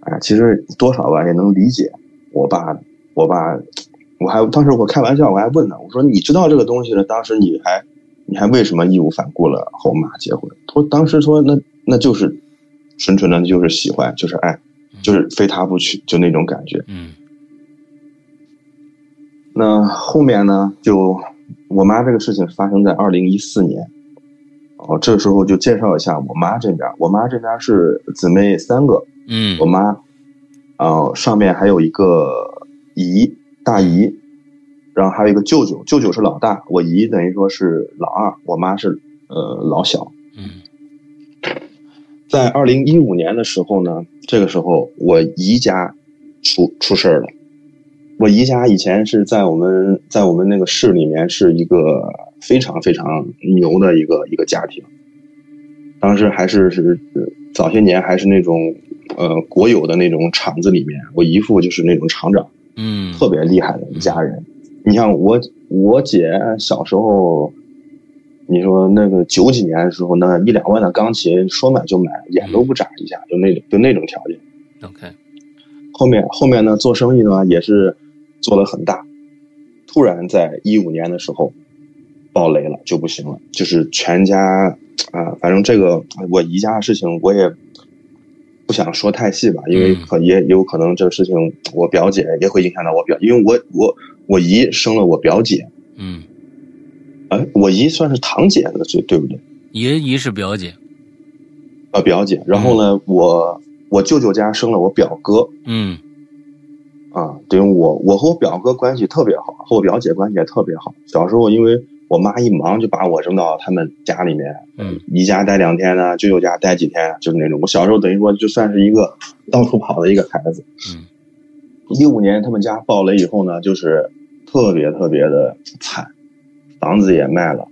[SPEAKER 3] 哎，其实多少吧也能理解我爸，我爸，我还当时我开玩笑我还问他，我说你知道这个东西了，当时你还你还为什么义无反顾了和我妈结婚？他说当时说那那就是纯纯的就是喜欢，就是爱，就是非他不娶，就那种感觉。
[SPEAKER 2] 嗯
[SPEAKER 3] 那后面呢，就我妈这个事情发生在二零一四年。哦，这个时候就介绍一下我妈这边。我妈这边是姊妹三个，
[SPEAKER 2] 嗯
[SPEAKER 3] 我妈，呃，上面还有一个姨，大姨，然后还有一个舅舅，舅舅是老大，我姨等于说是老二，我妈是呃老小。
[SPEAKER 2] 嗯
[SPEAKER 3] 在二零一五年的时候呢，这个时候我姨家出出事儿了。我姨家以前是在我们在我们那个市里面是一个非常非常牛的一个一个家庭，当时还是是呃早些年还是那种呃国有的那种厂子里面，我姨父就是那种厂长，
[SPEAKER 2] 嗯，
[SPEAKER 3] 特别厉害的一家人。你像我我姐小时候，你说那个九几年的时候，那一两万的钢琴说买就买，眼都不眨一下，就那种就那种条件。
[SPEAKER 2] 嗯 OK，
[SPEAKER 3] 后面后面呢，做生意呢也是做得很大。突然在一五年的时候，爆雷了就不行了，就是全家啊、反正这个我姨家的事情我也不想说太细吧，因为
[SPEAKER 2] 嗯
[SPEAKER 3] 可也也有可能这个事情我表姐也会影响到我表，因为我我我姨生了我表姐，
[SPEAKER 2] 嗯，
[SPEAKER 3] 哎，我姨算是堂姐的，对对不对？
[SPEAKER 2] 爷姨是表姐，
[SPEAKER 3] 啊，表姐。然后呢，我我舅舅家生了我表哥，
[SPEAKER 2] 嗯
[SPEAKER 3] 啊，对我我和我表哥关系特别好，和我表姐关系也特别好。小时候因为我妈一忙就把我扔到他们家里面，
[SPEAKER 2] 嗯
[SPEAKER 3] 姨家待两天呢、舅舅家待几天啊，就是那种。我小时候等于说就算是一个到处跑的一个孩子。
[SPEAKER 2] 嗯
[SPEAKER 3] 一五年他们家爆雷以后呢，就是特别特别的惨，房子也卖了，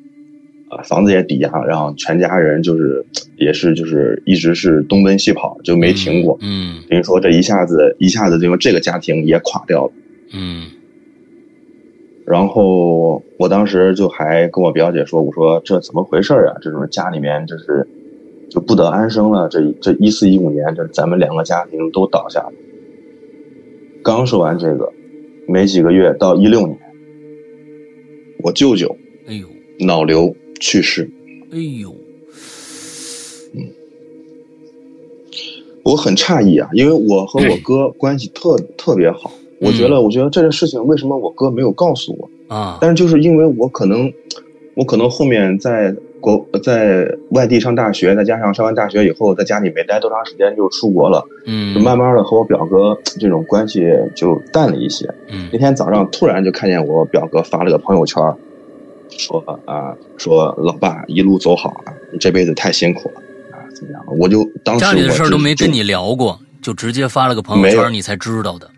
[SPEAKER 3] 啊，房子也抵押，然后全家人就是也是就是一直是东奔西跑，就没停过。
[SPEAKER 2] 嗯
[SPEAKER 3] 等于说这一下子一下子，就这个家庭也垮掉了。
[SPEAKER 2] 嗯
[SPEAKER 3] 然后我当时就还跟我表姐说：“我说这怎么回事儿啊？这种家里面就是就不得安生了。这这一四一五年，这咱们两个家庭都倒下了。刚说完这个，没几个月到一六年，我舅舅
[SPEAKER 2] 哎呦
[SPEAKER 3] 脑瘤去世。
[SPEAKER 2] 哎呦，
[SPEAKER 3] 我很诧异啊，因为我和我哥关系特特别好，我觉得我觉得这件事情为什么我哥没有告诉我？
[SPEAKER 2] 啊，
[SPEAKER 3] 但是就是因为我可能，我可能后面在国在外地上大学，再加上上完大学以后，在家里没待多长时间就出国了，就
[SPEAKER 2] 嗯
[SPEAKER 3] 慢慢的和我表哥这种关系就淡了一些。
[SPEAKER 2] 嗯
[SPEAKER 3] 那天早上突然就看见我表哥发了个朋友圈，说啊说老爸一路走好啊，你这辈子太辛苦了啊怎么样？我就当时
[SPEAKER 2] 家里的
[SPEAKER 3] 我
[SPEAKER 2] 事儿
[SPEAKER 3] 就
[SPEAKER 2] 都没跟
[SPEAKER 3] 就
[SPEAKER 2] 你聊过，就直接发了个朋友
[SPEAKER 3] 没
[SPEAKER 2] 圈，
[SPEAKER 3] 有
[SPEAKER 2] 你才知道的。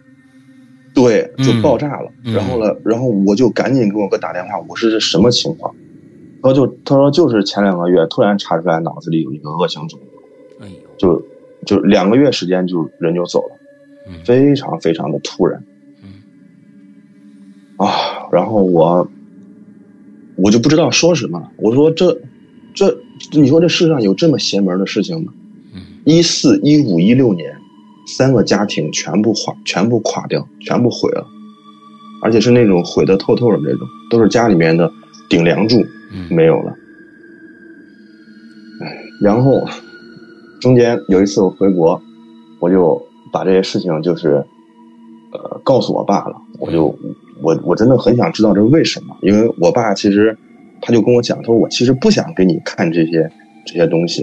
[SPEAKER 3] 对，就
[SPEAKER 2] 嗯
[SPEAKER 3] 爆炸了。
[SPEAKER 2] 嗯
[SPEAKER 3] 然后呢，然后我就赶紧给我哥打电话，我说这什么情况？他就他说就是前两个月突然查出来脑子里有一个恶性肿瘤，
[SPEAKER 2] 哎呦，
[SPEAKER 3] 就就两个月时间就人就走了，
[SPEAKER 2] 嗯
[SPEAKER 3] 非常非常的突然
[SPEAKER 2] 嗯
[SPEAKER 3] 啊。然后我我就不知道说什么了，我说这这你说这世上有这么邪门的事情吗？
[SPEAKER 2] 嗯
[SPEAKER 3] 一四一五一六年，三个家庭全部垮，全部垮掉，全部毁了，而且是那种毁得透透的那种，都是家里面的顶梁柱
[SPEAKER 2] 嗯
[SPEAKER 3] 没有了。唉然后中间有一次我回国，我就把这些事情就是呃告诉我爸了，我就我我真的很想知道这为什么，因为我爸其实他就跟我讲，他说我其实不想给你看这些这些东西。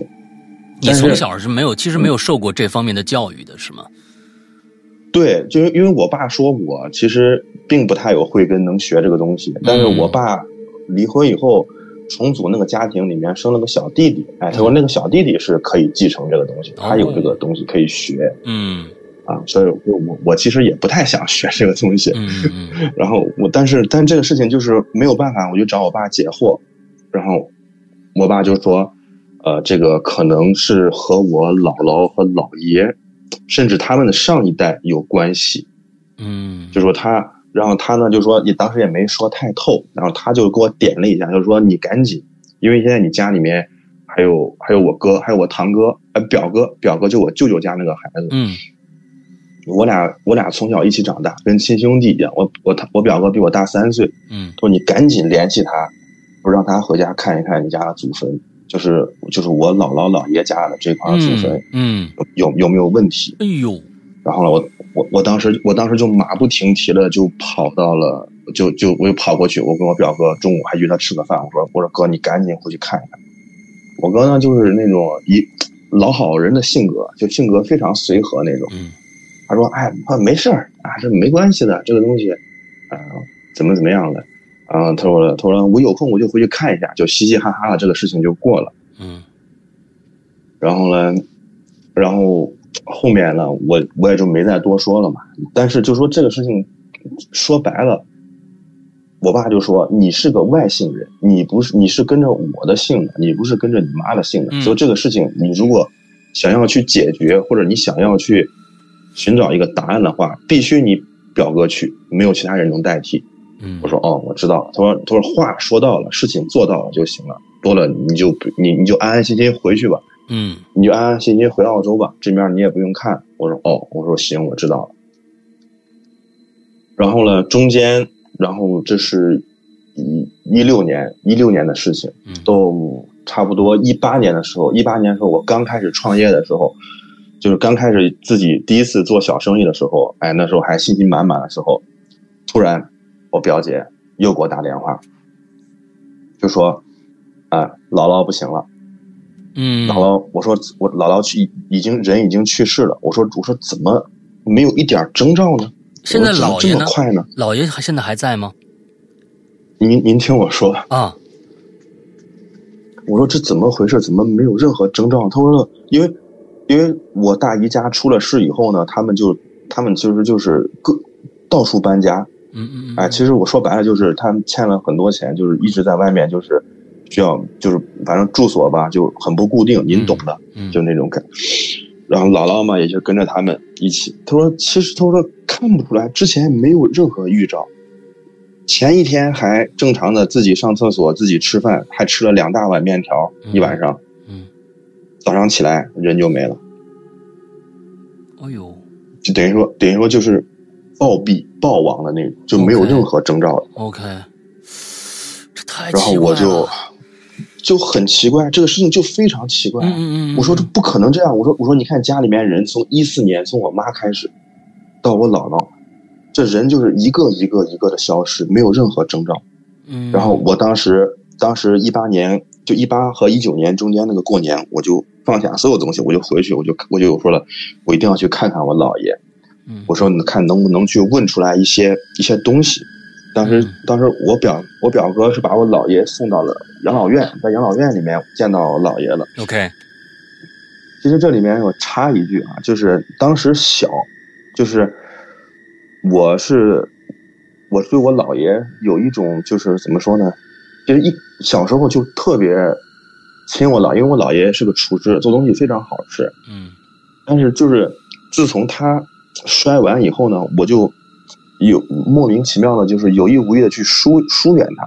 [SPEAKER 2] 你
[SPEAKER 3] 但是
[SPEAKER 2] 从小是没有，其实没有受过这方面的教育的，是吗？
[SPEAKER 3] 对，就是因为我爸说我其实并不太有慧根，能学这个东西。但是我爸离婚以后，重组那个家庭里面生了个小弟弟，哎，他说那个小弟弟是可以继承这个东西，他有这个东西可以学
[SPEAKER 2] 嗯
[SPEAKER 3] 啊。所以我我我其实也不太想学这个东西。
[SPEAKER 2] 嗯嗯嗯
[SPEAKER 3] 然后我但是但这个事情就是没有办法，我就找我爸解惑，然后我爸就说，呃，这个可能是和我姥姥和姥爷，甚至他们的上一代有关系。
[SPEAKER 2] 嗯，
[SPEAKER 3] 就说他，然后他呢就说你当时也没说太透，然后他就给我点了一下，就说你赶紧，因为现在你家里面还有还有我哥，还有我堂哥，呃表哥，表哥就我舅舅家那个孩子，
[SPEAKER 2] 嗯
[SPEAKER 3] 我俩我俩从小一起长大，跟亲兄弟一样，我我堂我表哥比我大三岁，
[SPEAKER 2] 嗯
[SPEAKER 3] 说你赶紧联系他，说让他回家看一看你家的祖坟，就是就是我姥姥姥爷家的这块祖坟、
[SPEAKER 2] 嗯嗯，
[SPEAKER 3] 有有没有问题，
[SPEAKER 2] 哎呦，
[SPEAKER 3] 然后呢，我我我当时我当时就马不停蹄的就跑到了，就就我就跑过去，我跟我表哥中午还约他吃个饭，我说我说哥你赶紧回去看一看。我哥呢就是那种一老好人的性格，就性格非常随和那种。
[SPEAKER 2] 嗯
[SPEAKER 3] 他说哎啊没事儿啊这没关系的这个东西啊怎么怎么样的啊他说他说我有空我就回去看一下，就嘻嘻哈哈的这个事情就过了。
[SPEAKER 2] 嗯
[SPEAKER 3] 然后呢，然后后面呢，我我也就没再多说了嘛。但是就说这个事情，说白了，我爸就说你是个外姓人，你不是你是跟着我的姓的，你不是跟着你妈的姓的。
[SPEAKER 2] 嗯
[SPEAKER 3] 所以这个事情，你如果想要去解决，或者你想要去寻找一个答案的话，必须你表哥去，没有其他人能代替。
[SPEAKER 2] 嗯，
[SPEAKER 3] 我说哦，我知道了。他说他说话说到了，事情做到了就行了，多了你就不你你就安安心心回去吧。
[SPEAKER 2] 嗯
[SPEAKER 3] 你就安安心心回澳洲吧，这面你也不用看。我说哦，我说行，我知道了。然后呢，中间，然后这是一一六年一六年的事情，
[SPEAKER 2] 嗯
[SPEAKER 3] 都差不多一八年的时候，一八年的时候我刚开始创业的时候，就是刚开始自己第一次做小生意的时候，哎，那时候还信心满满的时候，突然我表姐又给我打电话，就说，啊、姥姥不行了。
[SPEAKER 2] 嗯，
[SPEAKER 3] 姥姥，我说我姥姥去已经人已经去世了，我说我说怎么没有一点征兆呢？
[SPEAKER 2] 现在
[SPEAKER 3] 我说
[SPEAKER 2] 姥
[SPEAKER 3] 怎
[SPEAKER 2] 爷
[SPEAKER 3] 么
[SPEAKER 2] 呢
[SPEAKER 3] 这么快呢？
[SPEAKER 2] 老爷还现在还在吗？
[SPEAKER 3] 您您听我说，
[SPEAKER 2] 啊，
[SPEAKER 3] 我说这怎么回事？怎么没有任何征兆？他说因为因为我大姨家出了事以后呢，他们就他们其实就是各到处搬家，
[SPEAKER 2] 嗯嗯嗯，
[SPEAKER 3] 哎，其实我说白了就是他们欠了很多钱，就是一直在外面就是需要就是反正住所吧就很不固定，您懂的。
[SPEAKER 2] 嗯
[SPEAKER 3] 就那种感。然后姥姥嘛，也就跟着他们一起。他说：“其实他说看不出来，之前没有任何预兆。前一天还正常的自己上厕所、自己吃饭，还吃了两大碗面条
[SPEAKER 2] 嗯
[SPEAKER 3] 一晚上。
[SPEAKER 2] 嗯，
[SPEAKER 3] 早上起来人就没了，
[SPEAKER 2] 哎呦
[SPEAKER 3] 就等于说等于说就是暴毙、暴亡的那种，就没有
[SPEAKER 2] OK
[SPEAKER 3] 任何征兆了。
[SPEAKER 2] ，OK，这太
[SPEAKER 3] 然后
[SPEAKER 2] 奇怪
[SPEAKER 3] 我就
[SPEAKER 2] 了
[SPEAKER 3] 就很奇怪，这个事情就非常奇怪。
[SPEAKER 2] 嗯嗯嗯，
[SPEAKER 3] 我说这不可能这样，我说我说你看家里面人从一四年从我妈开始，到我姥姥，这人就是一个一个一个的消失，没有任何征兆。
[SPEAKER 2] 嗯，
[SPEAKER 3] 然后我当时当时一八年就一八和一九年中间那个过年，我就放下所有东西，我就回去，我就我就说了，我一定要去看看我姥爷，
[SPEAKER 2] 嗯
[SPEAKER 3] 我说你看能不能去问出来一些一些东西。当时
[SPEAKER 2] 嗯，
[SPEAKER 3] 当时我表我表哥是把我姥爷送到了养老院，在养老院里面见到我姥爷了。
[SPEAKER 2] 嗯 OK，
[SPEAKER 3] 其实这里面我插一句啊，就是当时小，就是我是我对我姥爷有一种就是怎么说呢，就是一小时候就特别亲我姥爷，因为我姥爷是个厨师，做东西非常好吃。
[SPEAKER 2] 嗯
[SPEAKER 3] 但是就是自从他摔完以后呢，我就有莫名其妙的，就是有意无意的去疏疏远他。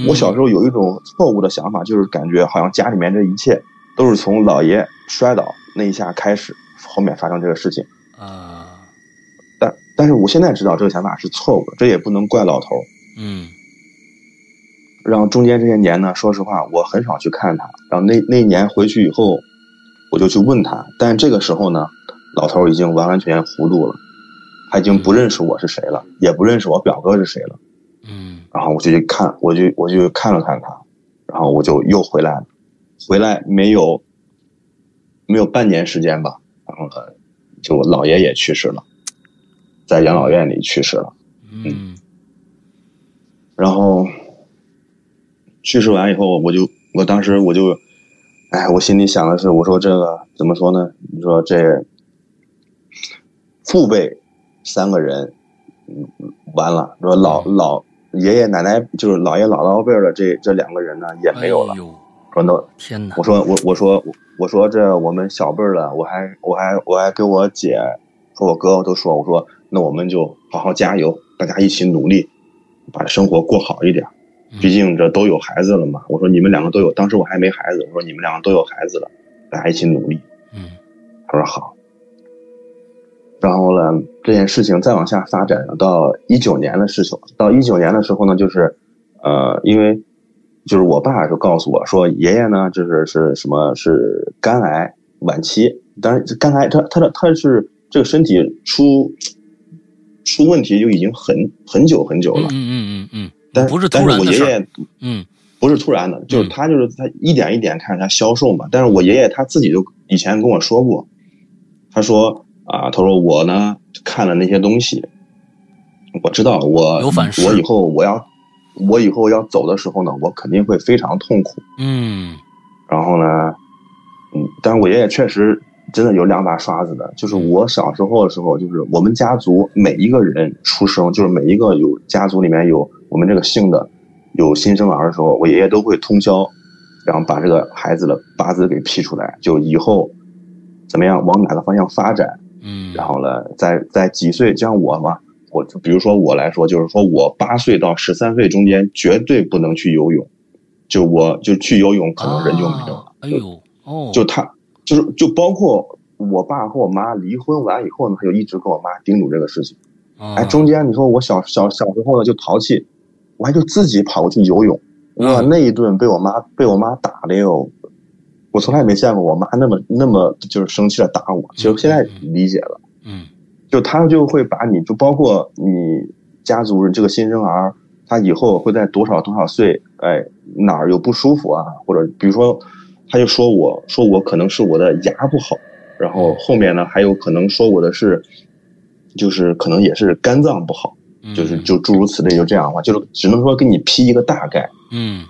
[SPEAKER 2] 嗯，
[SPEAKER 3] 我小时候有一种错误的想法，就是感觉好像家里面这一切都是从姥爷摔倒那一下开始，后面发生这个事情。
[SPEAKER 2] 候啊，
[SPEAKER 3] 但但是我现在知道这个想法是错误的，这也不能怪老头儿。
[SPEAKER 2] 嗯
[SPEAKER 3] 然后中间这些年呢，说实话我很少去看他。然后那那一年回去以后，我就去问他，但是这个时候呢，老头儿已经完完全全糊涂了，他已经不认识我是谁了，也不认识我表哥是谁了。
[SPEAKER 2] 嗯
[SPEAKER 3] 然后我就去看，我就我就看了看他，然后我就又回来了，回来没有没有半年时间吧，然后呢，就我姥爷也去世了，在养老院里去世了，
[SPEAKER 2] 嗯
[SPEAKER 3] 然后去世完以后，我就我当时我就，哎，我心里想的是，我说这个怎么说呢？你说这父辈三个人，嗯，完了，说老老爷爷奶奶就是姥爷姥姥辈儿的这这两个人呢也没有了
[SPEAKER 2] 哎。呦
[SPEAKER 3] 说那
[SPEAKER 2] 天哪
[SPEAKER 3] 我，说我我说我说这我们小辈儿的，我还我还我还跟我姐和我哥都说，我说那我们就好好加油，大家一起努力，把生活过好一点。
[SPEAKER 2] 嗯
[SPEAKER 3] 毕竟这都有孩子了嘛。我说你们两个都有，当时我还没孩子，我说你们两个都有孩子了，大家一起努力。
[SPEAKER 2] 嗯
[SPEAKER 3] 他说好。然后呢，这件事情再往下发展呢，到一九年的事情，到一九年的时候呢，就是，呃，因为就是我爸就告诉我说，爷爷呢就是是什么是肝癌晚期，当然这肝癌他他的他是这个身体出出问题就已经很很久很久
[SPEAKER 2] 嗯
[SPEAKER 3] 了，
[SPEAKER 2] 嗯嗯嗯
[SPEAKER 3] 但
[SPEAKER 2] 嗯，不是
[SPEAKER 3] 但
[SPEAKER 2] 突然
[SPEAKER 3] 我
[SPEAKER 2] 的
[SPEAKER 3] 爷
[SPEAKER 2] 事儿，
[SPEAKER 3] 爷
[SPEAKER 2] 嗯
[SPEAKER 3] 不是突然的，就是他就是他一点一点看他消瘦嘛。但是我爷爷他自己就以前跟我说过，他说啊，他说我呢看了那些东西，我知道我
[SPEAKER 2] 有反噬
[SPEAKER 3] 我以后我要我以后要走的时候呢，我肯定会非常痛苦。
[SPEAKER 2] 嗯
[SPEAKER 3] 然后呢，嗯，但是我爷爷确实真的有两把刷子的。就是我小时候的时候，就是我们家族每一个人出生，就是每一个有家族里面有我们这个姓的有新生儿的时候，我爷爷都会通宵，然后把这个孩子的八字给批出来，就以后怎么样往哪个方向发展，
[SPEAKER 2] 嗯，
[SPEAKER 3] 然后呢，在在几岁，就像我嘛。我就比如说我来说，就是说我八岁到十三岁中间绝对不能去游泳，就我就去游泳可能人就没有了。
[SPEAKER 2] 啊哎呦哦，
[SPEAKER 3] 就他就是就包括我爸和我妈离婚完以后呢，他就一直跟我妈叮嘱这个事情。
[SPEAKER 2] 啊
[SPEAKER 3] 哎，中间你说我小小小时候呢就淘气，我还就自己跑过去游泳。哇，
[SPEAKER 2] 嗯
[SPEAKER 3] 那一顿被我妈被我妈打的哟，我从来没见过我妈那么那么就是生气的打我。其实现在理解了，
[SPEAKER 2] 嗯
[SPEAKER 3] 就她就会把你就包括你家族人这个新生儿，他以后会在多少多少岁，哎哪儿有不舒服啊，或者比如说，他就说我说我可能是我的牙不好，然后后面呢还有可能说我的是，就是可能也是肝脏不好，
[SPEAKER 2] 嗯，
[SPEAKER 3] 就是就诸如此类，就这样的话，就是只能说给你批一个大概。
[SPEAKER 2] 嗯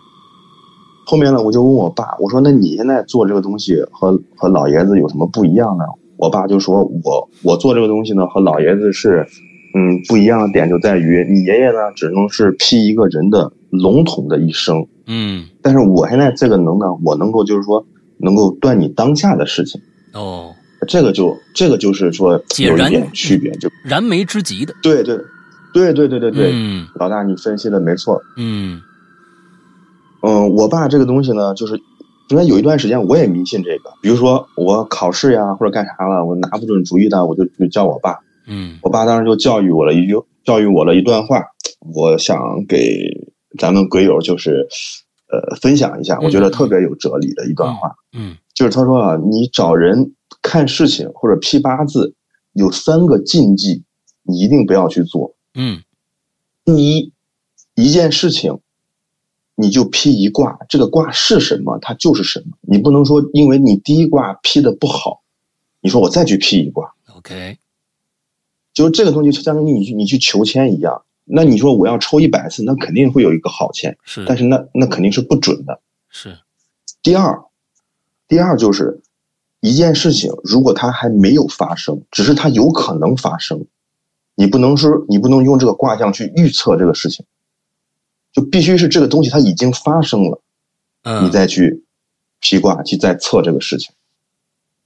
[SPEAKER 3] 后面呢，我就问我爸，我说：“那你现在做这个东西和和老爷子有什么不一样呢？”我爸就说：“我我做这个东西呢，和老爷子是，嗯，不一样的点就在于，你爷爷呢只能是批一个人的笼统的一生，
[SPEAKER 2] 嗯
[SPEAKER 3] 但是我现在这个能呢，我能够就是说能够断你当下的事情，
[SPEAKER 2] 哦，
[SPEAKER 3] 这个就这个就是说
[SPEAKER 2] 解
[SPEAKER 3] 有一
[SPEAKER 2] 燃
[SPEAKER 3] 点区别，就
[SPEAKER 2] 燃眉之急的，
[SPEAKER 3] 对对对对对对对，
[SPEAKER 2] 嗯
[SPEAKER 3] 老大你分析的没错，
[SPEAKER 2] 嗯
[SPEAKER 3] 嗯，我爸这个东西呢，就是因为有一段时间我也迷信这个，比如说我考试呀或者干啥了，我拿不准主意的，我就去叫我爸。
[SPEAKER 2] 嗯
[SPEAKER 3] 我爸当时就教育我了一句，教育我了一段话，我想给咱们鬼友就是呃分享一下，我觉得特别有哲理的一段话，
[SPEAKER 2] 嗯
[SPEAKER 3] 就是他说啊，你找人看事情或者批八字，有三个禁忌，你一定不要去做。
[SPEAKER 2] 嗯
[SPEAKER 3] 第一，一件事情，你就批一卦，这个卦是什么，它就是什么。你不能说因为你第一卦批的不好，你说我再去批一卦，
[SPEAKER 2] ，OK，
[SPEAKER 3] 就是这个东西就相当于你去你去求签一样。那你说我要抽一百次，那肯定会有一个好签，
[SPEAKER 2] 是
[SPEAKER 3] 但是那那肯定是不准的。
[SPEAKER 2] 是
[SPEAKER 3] 第二，第二就是一件事情，如果它还没有发生，只是它有可能发生，你不能说你不能用这个卦象去预测这个事情，就必须是这个东西它已经发生了，
[SPEAKER 2] 嗯
[SPEAKER 3] 你再去披卦去再测这个事情，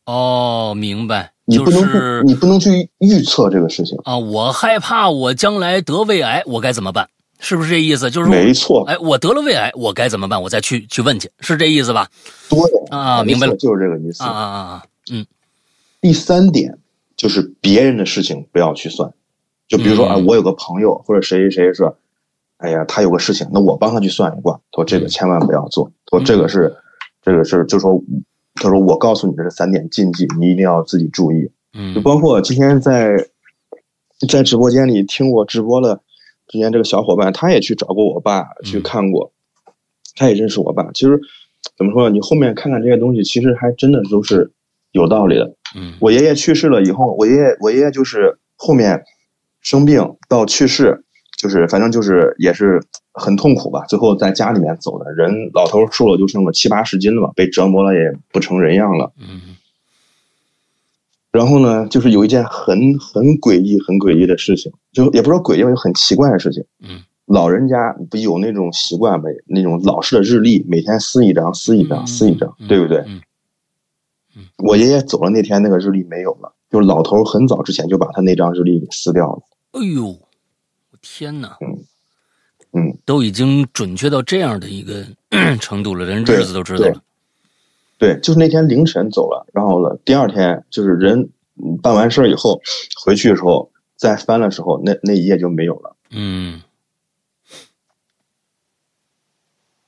[SPEAKER 2] 哦，明白，
[SPEAKER 3] 你不
[SPEAKER 2] 就
[SPEAKER 3] 能不、
[SPEAKER 2] 是
[SPEAKER 3] 你不能去预测这个事情，
[SPEAKER 2] 啊，我害怕我将来得胃癌，我该怎么办？是不是这意思？就是
[SPEAKER 3] 没错，
[SPEAKER 2] 哎，我得了胃癌，我该怎么办？我再去去问去，是这意思吧？
[SPEAKER 3] 对
[SPEAKER 2] 啊
[SPEAKER 3] 没
[SPEAKER 2] 明白了
[SPEAKER 3] 错就是这个意思。
[SPEAKER 2] 啊啊啊啊！嗯
[SPEAKER 3] 第三点就是别人的事情不要去算，就比如说
[SPEAKER 2] 嗯
[SPEAKER 3] 啊，我有个朋友或者谁谁谁说，哎呀，他有个事情，那我帮他去算一卦，说
[SPEAKER 2] 嗯
[SPEAKER 3] 这个千万不要做，说这个是，这个是，就说。他说：“我告诉你的这三点禁忌，你一定要自己注意。就
[SPEAKER 2] 嗯
[SPEAKER 3] 包括今天在在直播间里听我直播的之前这个小伙伴，他也去找过我爸去看过，他也认识我爸。其实怎么说呢？你后面看看这些东西，其实还真的都是有道理的。
[SPEAKER 2] 嗯
[SPEAKER 3] 我爷爷去世了以后，我爷爷我爷爷就是后面生病到去世，就是反正就是也是很痛苦吧。最后在家里面走的人，老头儿瘦了就剩个七八十斤了吧，被折磨了也不成人样了。
[SPEAKER 2] 嗯
[SPEAKER 3] 然后呢，就是有一件很很诡异、很诡异的事情，就也不是说诡异吧，就很奇怪的事情。
[SPEAKER 2] 嗯
[SPEAKER 3] 老人家不有那种习惯呗，那种老式的日历，每天撕一张、撕一张、
[SPEAKER 2] 嗯
[SPEAKER 3] 撕一张，
[SPEAKER 2] 嗯
[SPEAKER 3] 对不对？
[SPEAKER 2] 嗯
[SPEAKER 3] 我爷爷走了那天，那个日历没有了，就是老头儿很早之前就把他那张日历给撕掉了。
[SPEAKER 2] 哎呦，我天哪！
[SPEAKER 3] 嗯嗯，
[SPEAKER 2] 都已经准确到这样的一个 <clears throat> 程度了，连
[SPEAKER 3] 对
[SPEAKER 2] 日子都知道了。
[SPEAKER 3] 对，就是那天凌晨走了，然后了第二天就是人嗯办完事儿以后回去的时候再翻的时候，那那一页就没有了
[SPEAKER 2] 嗯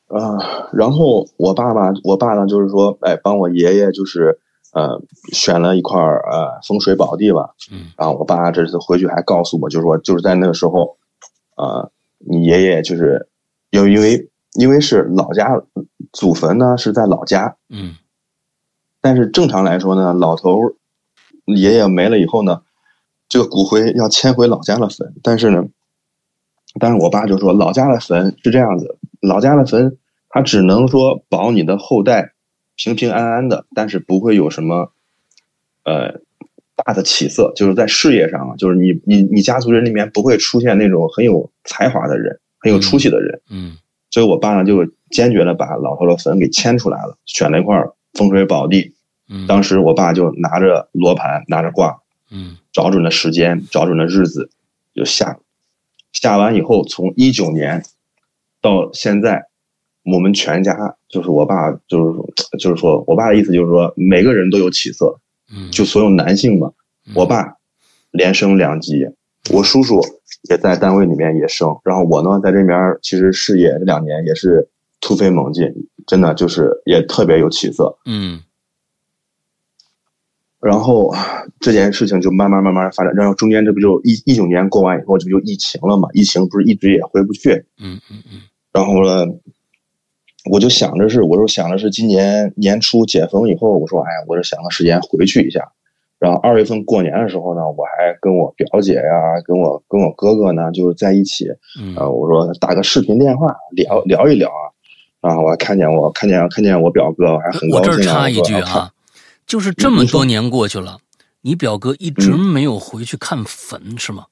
[SPEAKER 3] 啊、然后我爸爸，我爸呢就是说，哎，帮我爷爷就是呃选了一块儿呃风水宝地吧。
[SPEAKER 2] 嗯
[SPEAKER 3] 然后我爸这次回去还告诉我，就是说就是在那个时候，呃，你爷爷就是又因为因为是老家祖坟呢是在老家，
[SPEAKER 2] 嗯
[SPEAKER 3] 但是正常来说呢，老头儿爷爷没了以后呢，这个骨灰要迁回老家的坟。但是呢，但是我爸就说，老家的坟是这样子，老家的坟它只能说保你的后代平平安安的，但是不会有什么呃大的起色，就是在事业上啊，就是你你你家族人里面不会出现那种很有才华的人，很有出息的人。
[SPEAKER 2] 嗯
[SPEAKER 3] 所以我爸呢就坚决的把老头的坟给迁出来了，选了一块风水宝地。
[SPEAKER 2] 嗯，
[SPEAKER 3] 当时我爸就拿着罗盘，拿着卦，
[SPEAKER 2] 嗯
[SPEAKER 3] 找准了时间，找准了日子，就下。下完以后，从一九年到现在，我们全家就是我爸，就是说就是说我爸的意思就是说，每个人都有起色，
[SPEAKER 2] 嗯，
[SPEAKER 3] 就所有男性嘛，
[SPEAKER 2] 嗯
[SPEAKER 3] 我爸连升两级，我叔叔也在单位里面也升，然后我呢在这边其实事业这两年也是突飞猛进，真的就是也特别有起色。
[SPEAKER 2] 嗯
[SPEAKER 3] 然后这件事情就慢慢慢慢发展，然后中间这不就一一九年过完以后，这不就疫情了嘛？疫情不是一直也回不去，
[SPEAKER 2] 嗯嗯嗯
[SPEAKER 3] 然后呢，我就想着是，我就想着是今年年初解封以后，我说，哎呀，我就想个时间回去一下。然后二月份过年的时候呢，我还跟我表姐呀、跟我跟我哥哥呢，就是在一起，
[SPEAKER 2] 嗯
[SPEAKER 3] 呃，我说打个视频电话聊聊一聊啊。然后我还看见我看见看见我表哥，我还很
[SPEAKER 2] 我
[SPEAKER 3] 高
[SPEAKER 2] 这儿
[SPEAKER 3] 兴
[SPEAKER 2] 插
[SPEAKER 3] 啊。
[SPEAKER 2] 一句
[SPEAKER 3] 我说，
[SPEAKER 2] 啊，就是这么
[SPEAKER 3] 你说嗯
[SPEAKER 2] 多年过去了，你表哥一直没有回去看坟是吗？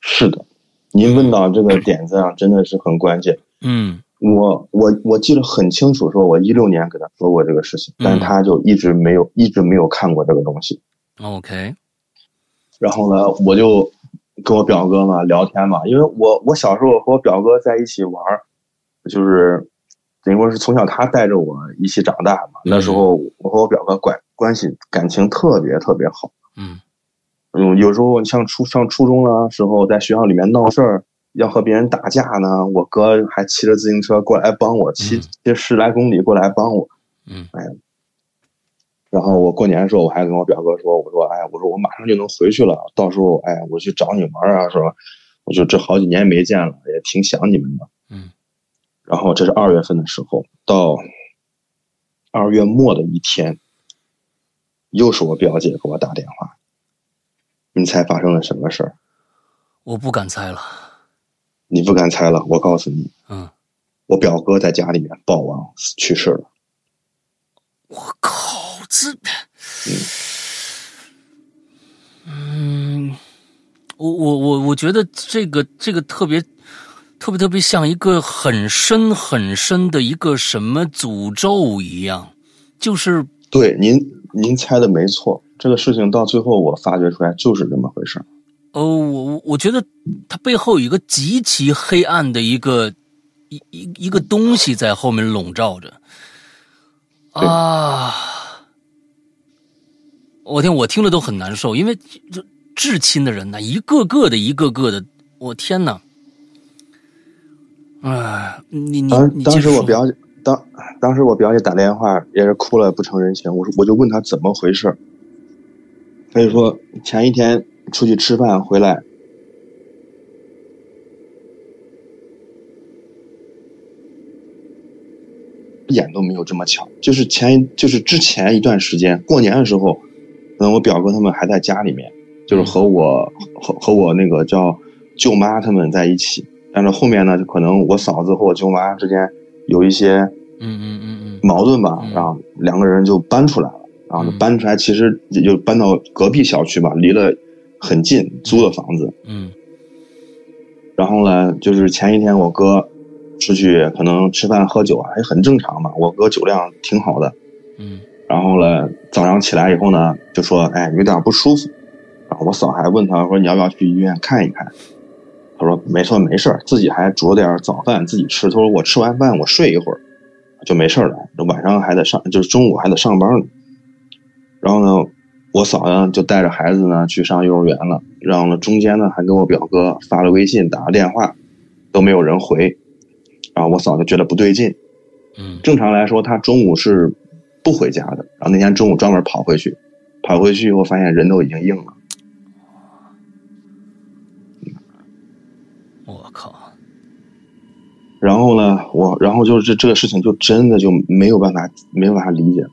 [SPEAKER 3] 是的，您问到这个点子啊上真的是很关键。
[SPEAKER 2] 嗯
[SPEAKER 3] 我我我记得很清楚，说我一六年跟他说过这个事情，但
[SPEAKER 2] 嗯
[SPEAKER 3] 他就一直没有一直没有看过这个东西。
[SPEAKER 2] ，OK，
[SPEAKER 3] 然后呢，我就跟我表哥嘛聊天嘛，因为我我小时候和我表哥在一起玩儿，就是等于说是从小他带着我一起长大嘛。
[SPEAKER 2] 嗯
[SPEAKER 3] 那时候我和我表哥关关系感情特别特别好，
[SPEAKER 2] 嗯
[SPEAKER 3] 嗯，有时候像初上初中了时候，在学校里面闹事儿。要和别人打架呢，我哥还骑着自行车过来帮我，骑
[SPEAKER 2] 嗯
[SPEAKER 3] 骑十来公里过来帮我。哎
[SPEAKER 2] 嗯
[SPEAKER 3] 然后我过年的时候，我还跟我表哥说，我说，哎，我说我马上就能回去了，到时候，哎，我去找你玩啊，说，我就这好几年没见了，也挺想你们的。
[SPEAKER 2] 嗯。
[SPEAKER 3] 然后这是二月份的时候，到二月末的一天，又是我表姐给我打电话，你猜发生了什么事儿？
[SPEAKER 2] 我不敢猜了，
[SPEAKER 3] 你不敢猜了，我告诉你，
[SPEAKER 2] 嗯，
[SPEAKER 3] 我表哥在家里面暴亡去世了。
[SPEAKER 2] 我靠，这，嗯，我我我我觉得这个这个特别。特别特别像一个很深很深的一个什么诅咒一样，就是
[SPEAKER 3] 对，您您猜的没错，这个事情到最后我发掘出来就是这么回事儿。
[SPEAKER 2] 哦，我我我觉得它背后有一个极其黑暗的一个一一一个东西在后面笼罩着
[SPEAKER 3] 对
[SPEAKER 2] 啊！我天，我听了都很难受，因为这至亲的人呐，一个个的，一个个的，我天呐！哎，你你
[SPEAKER 3] 当
[SPEAKER 2] 你
[SPEAKER 3] 当
[SPEAKER 2] 接
[SPEAKER 3] 时
[SPEAKER 2] 着
[SPEAKER 3] 我
[SPEAKER 2] 说
[SPEAKER 3] 表姐当当时我表姐打电话也是哭了不成人形，我说我就问她怎么回事儿，她就说前一天出去吃饭回来，一点都没有这么巧，就是前一就是之前一段时间过年的时候，嗯，我表哥他们还在家里面，就是和我和和我那个叫舅妈他们在一起。但是后面呢，就可能我嫂子和我舅妈之间有一些
[SPEAKER 2] 嗯嗯嗯嗯
[SPEAKER 3] 矛盾吧，
[SPEAKER 2] 嗯
[SPEAKER 3] 然后两个人就搬出来了，然后就
[SPEAKER 2] 嗯
[SPEAKER 3] 搬出来，其实也就搬到隔壁小区吧，离了很近，租的房子。
[SPEAKER 2] 嗯
[SPEAKER 3] 然后呢，就是前一天我哥出去可能吃饭喝酒啊，也很正常嘛，我哥酒量挺好的。
[SPEAKER 2] 嗯
[SPEAKER 3] 然后呢，早上起来以后呢，就说哎有点不舒服，然后我嫂还问他说你要不要去医院看一看，他说没事儿没事儿，自己还煮了点早饭自己吃，他说我吃完饭我睡一会儿就没事儿了，晚上还得上就是中午还得上班呢，然后呢。我嫂呢就带着孩子呢去上幼儿园了，然后呢中间呢还跟我表哥发了微信打了电话，都没有人回，然后我嫂就觉得不对劲，
[SPEAKER 2] 嗯
[SPEAKER 3] 正常来说，他中午是不回家的，然后那天中午专门跑回去，跑回去以后发现人都已经硬了。
[SPEAKER 2] 嗯，我靠，
[SPEAKER 3] 然后呢，我然后就是这这个事情就真的就没有办法没有办法理解了。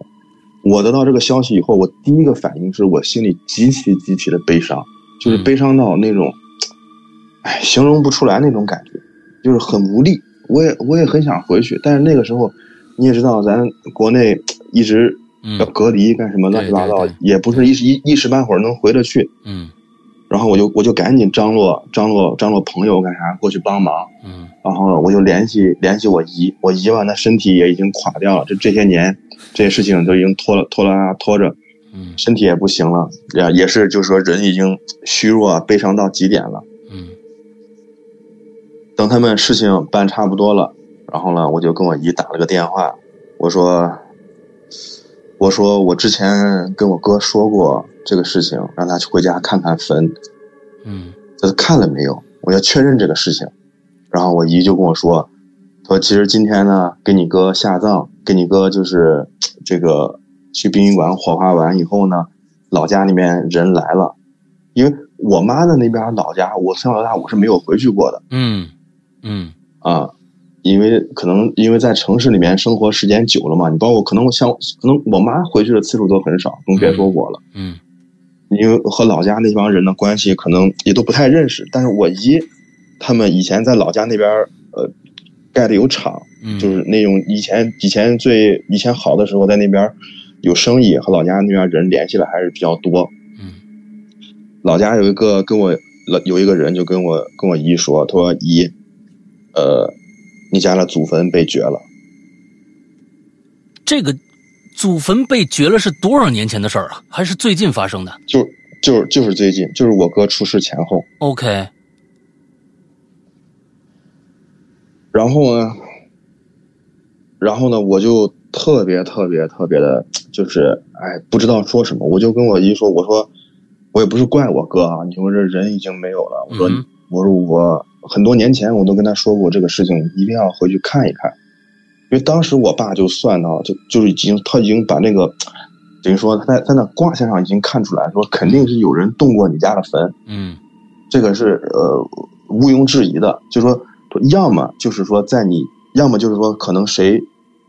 [SPEAKER 3] 我得到这个消息以后，我第一个反应是我心里极其极其的悲伤，就是悲伤到那种，哎，形容不出来那种感觉，就是很无力。我也我也很想回去，但是那个时候，你也知道，咱国内一直
[SPEAKER 2] 嗯
[SPEAKER 3] 要隔离干什么乱七八糟
[SPEAKER 2] 对对，
[SPEAKER 3] 也不是一时一一时半会儿能回得去。
[SPEAKER 2] 嗯
[SPEAKER 3] 然后我就我就赶紧张罗张罗张罗朋友干啥过去帮忙，
[SPEAKER 2] 嗯
[SPEAKER 3] 然后我就联系联系我姨，我姨吧那身体也已经垮掉了，这这些年这些事情都已经拖了拖拉拉拖着，
[SPEAKER 2] 嗯
[SPEAKER 3] 身体也不行了，也也是就是说人已经虚弱啊悲伤到极点了。
[SPEAKER 2] 嗯
[SPEAKER 3] 等他们事情办差不多了，然后呢，我就跟我姨打了个电话，我说，我说我之前跟我哥说过这个事情，让他去回家看看坟，
[SPEAKER 2] 嗯
[SPEAKER 3] 他说看了没有？我要确认这个事情。然后我姨就跟我说，她说其实今天呢，给你哥下葬，给你哥就是这个去殡仪馆火化完以后呢，老家那边人来了，因为我妈的那边老家，我从小到大我是没有回去过的
[SPEAKER 2] 嗯嗯
[SPEAKER 3] 啊。因为可能因为在城市里面生活时间久了嘛，你包括可能我像可能我妈回去的次数都很少，更别说我了。
[SPEAKER 2] 嗯
[SPEAKER 3] 因为和老家那帮人的关系可能也都不太认识，但是我姨他们以前在老家那边儿呃盖的有厂，
[SPEAKER 2] 嗯，
[SPEAKER 3] 就是那种以前以前最以前好的时候在那边儿有生意，和老家那边儿人联系的还是比较多。
[SPEAKER 2] 嗯
[SPEAKER 3] 老家有一个跟我老有一个人就跟我跟我姨说，他说姨，呃，你家的祖坟被掘了，
[SPEAKER 2] 这个祖坟被掘了是多少年前的事儿啊？还是最近发生的
[SPEAKER 3] 就就就是最近，就是我哥出事前后。
[SPEAKER 2] ？OK，
[SPEAKER 3] 然后呢，然后呢，我就特别特别特别的，就是哎，不知道说什么，我就跟我姨说，我说我也不是怪我哥啊，你说这人已经没有了，我说、
[SPEAKER 2] 嗯
[SPEAKER 3] 我说我很多年前我都跟他说过这个事情，一定要回去看一看，因为当时我爸就算到，就就是已经他已经把那个。等于说他在他那卦象上已经看出来说，肯定是有人动过你家的坟，
[SPEAKER 2] 嗯
[SPEAKER 3] 这个是呃毋庸置疑的，就说要么就是说在你，要么就是说可能谁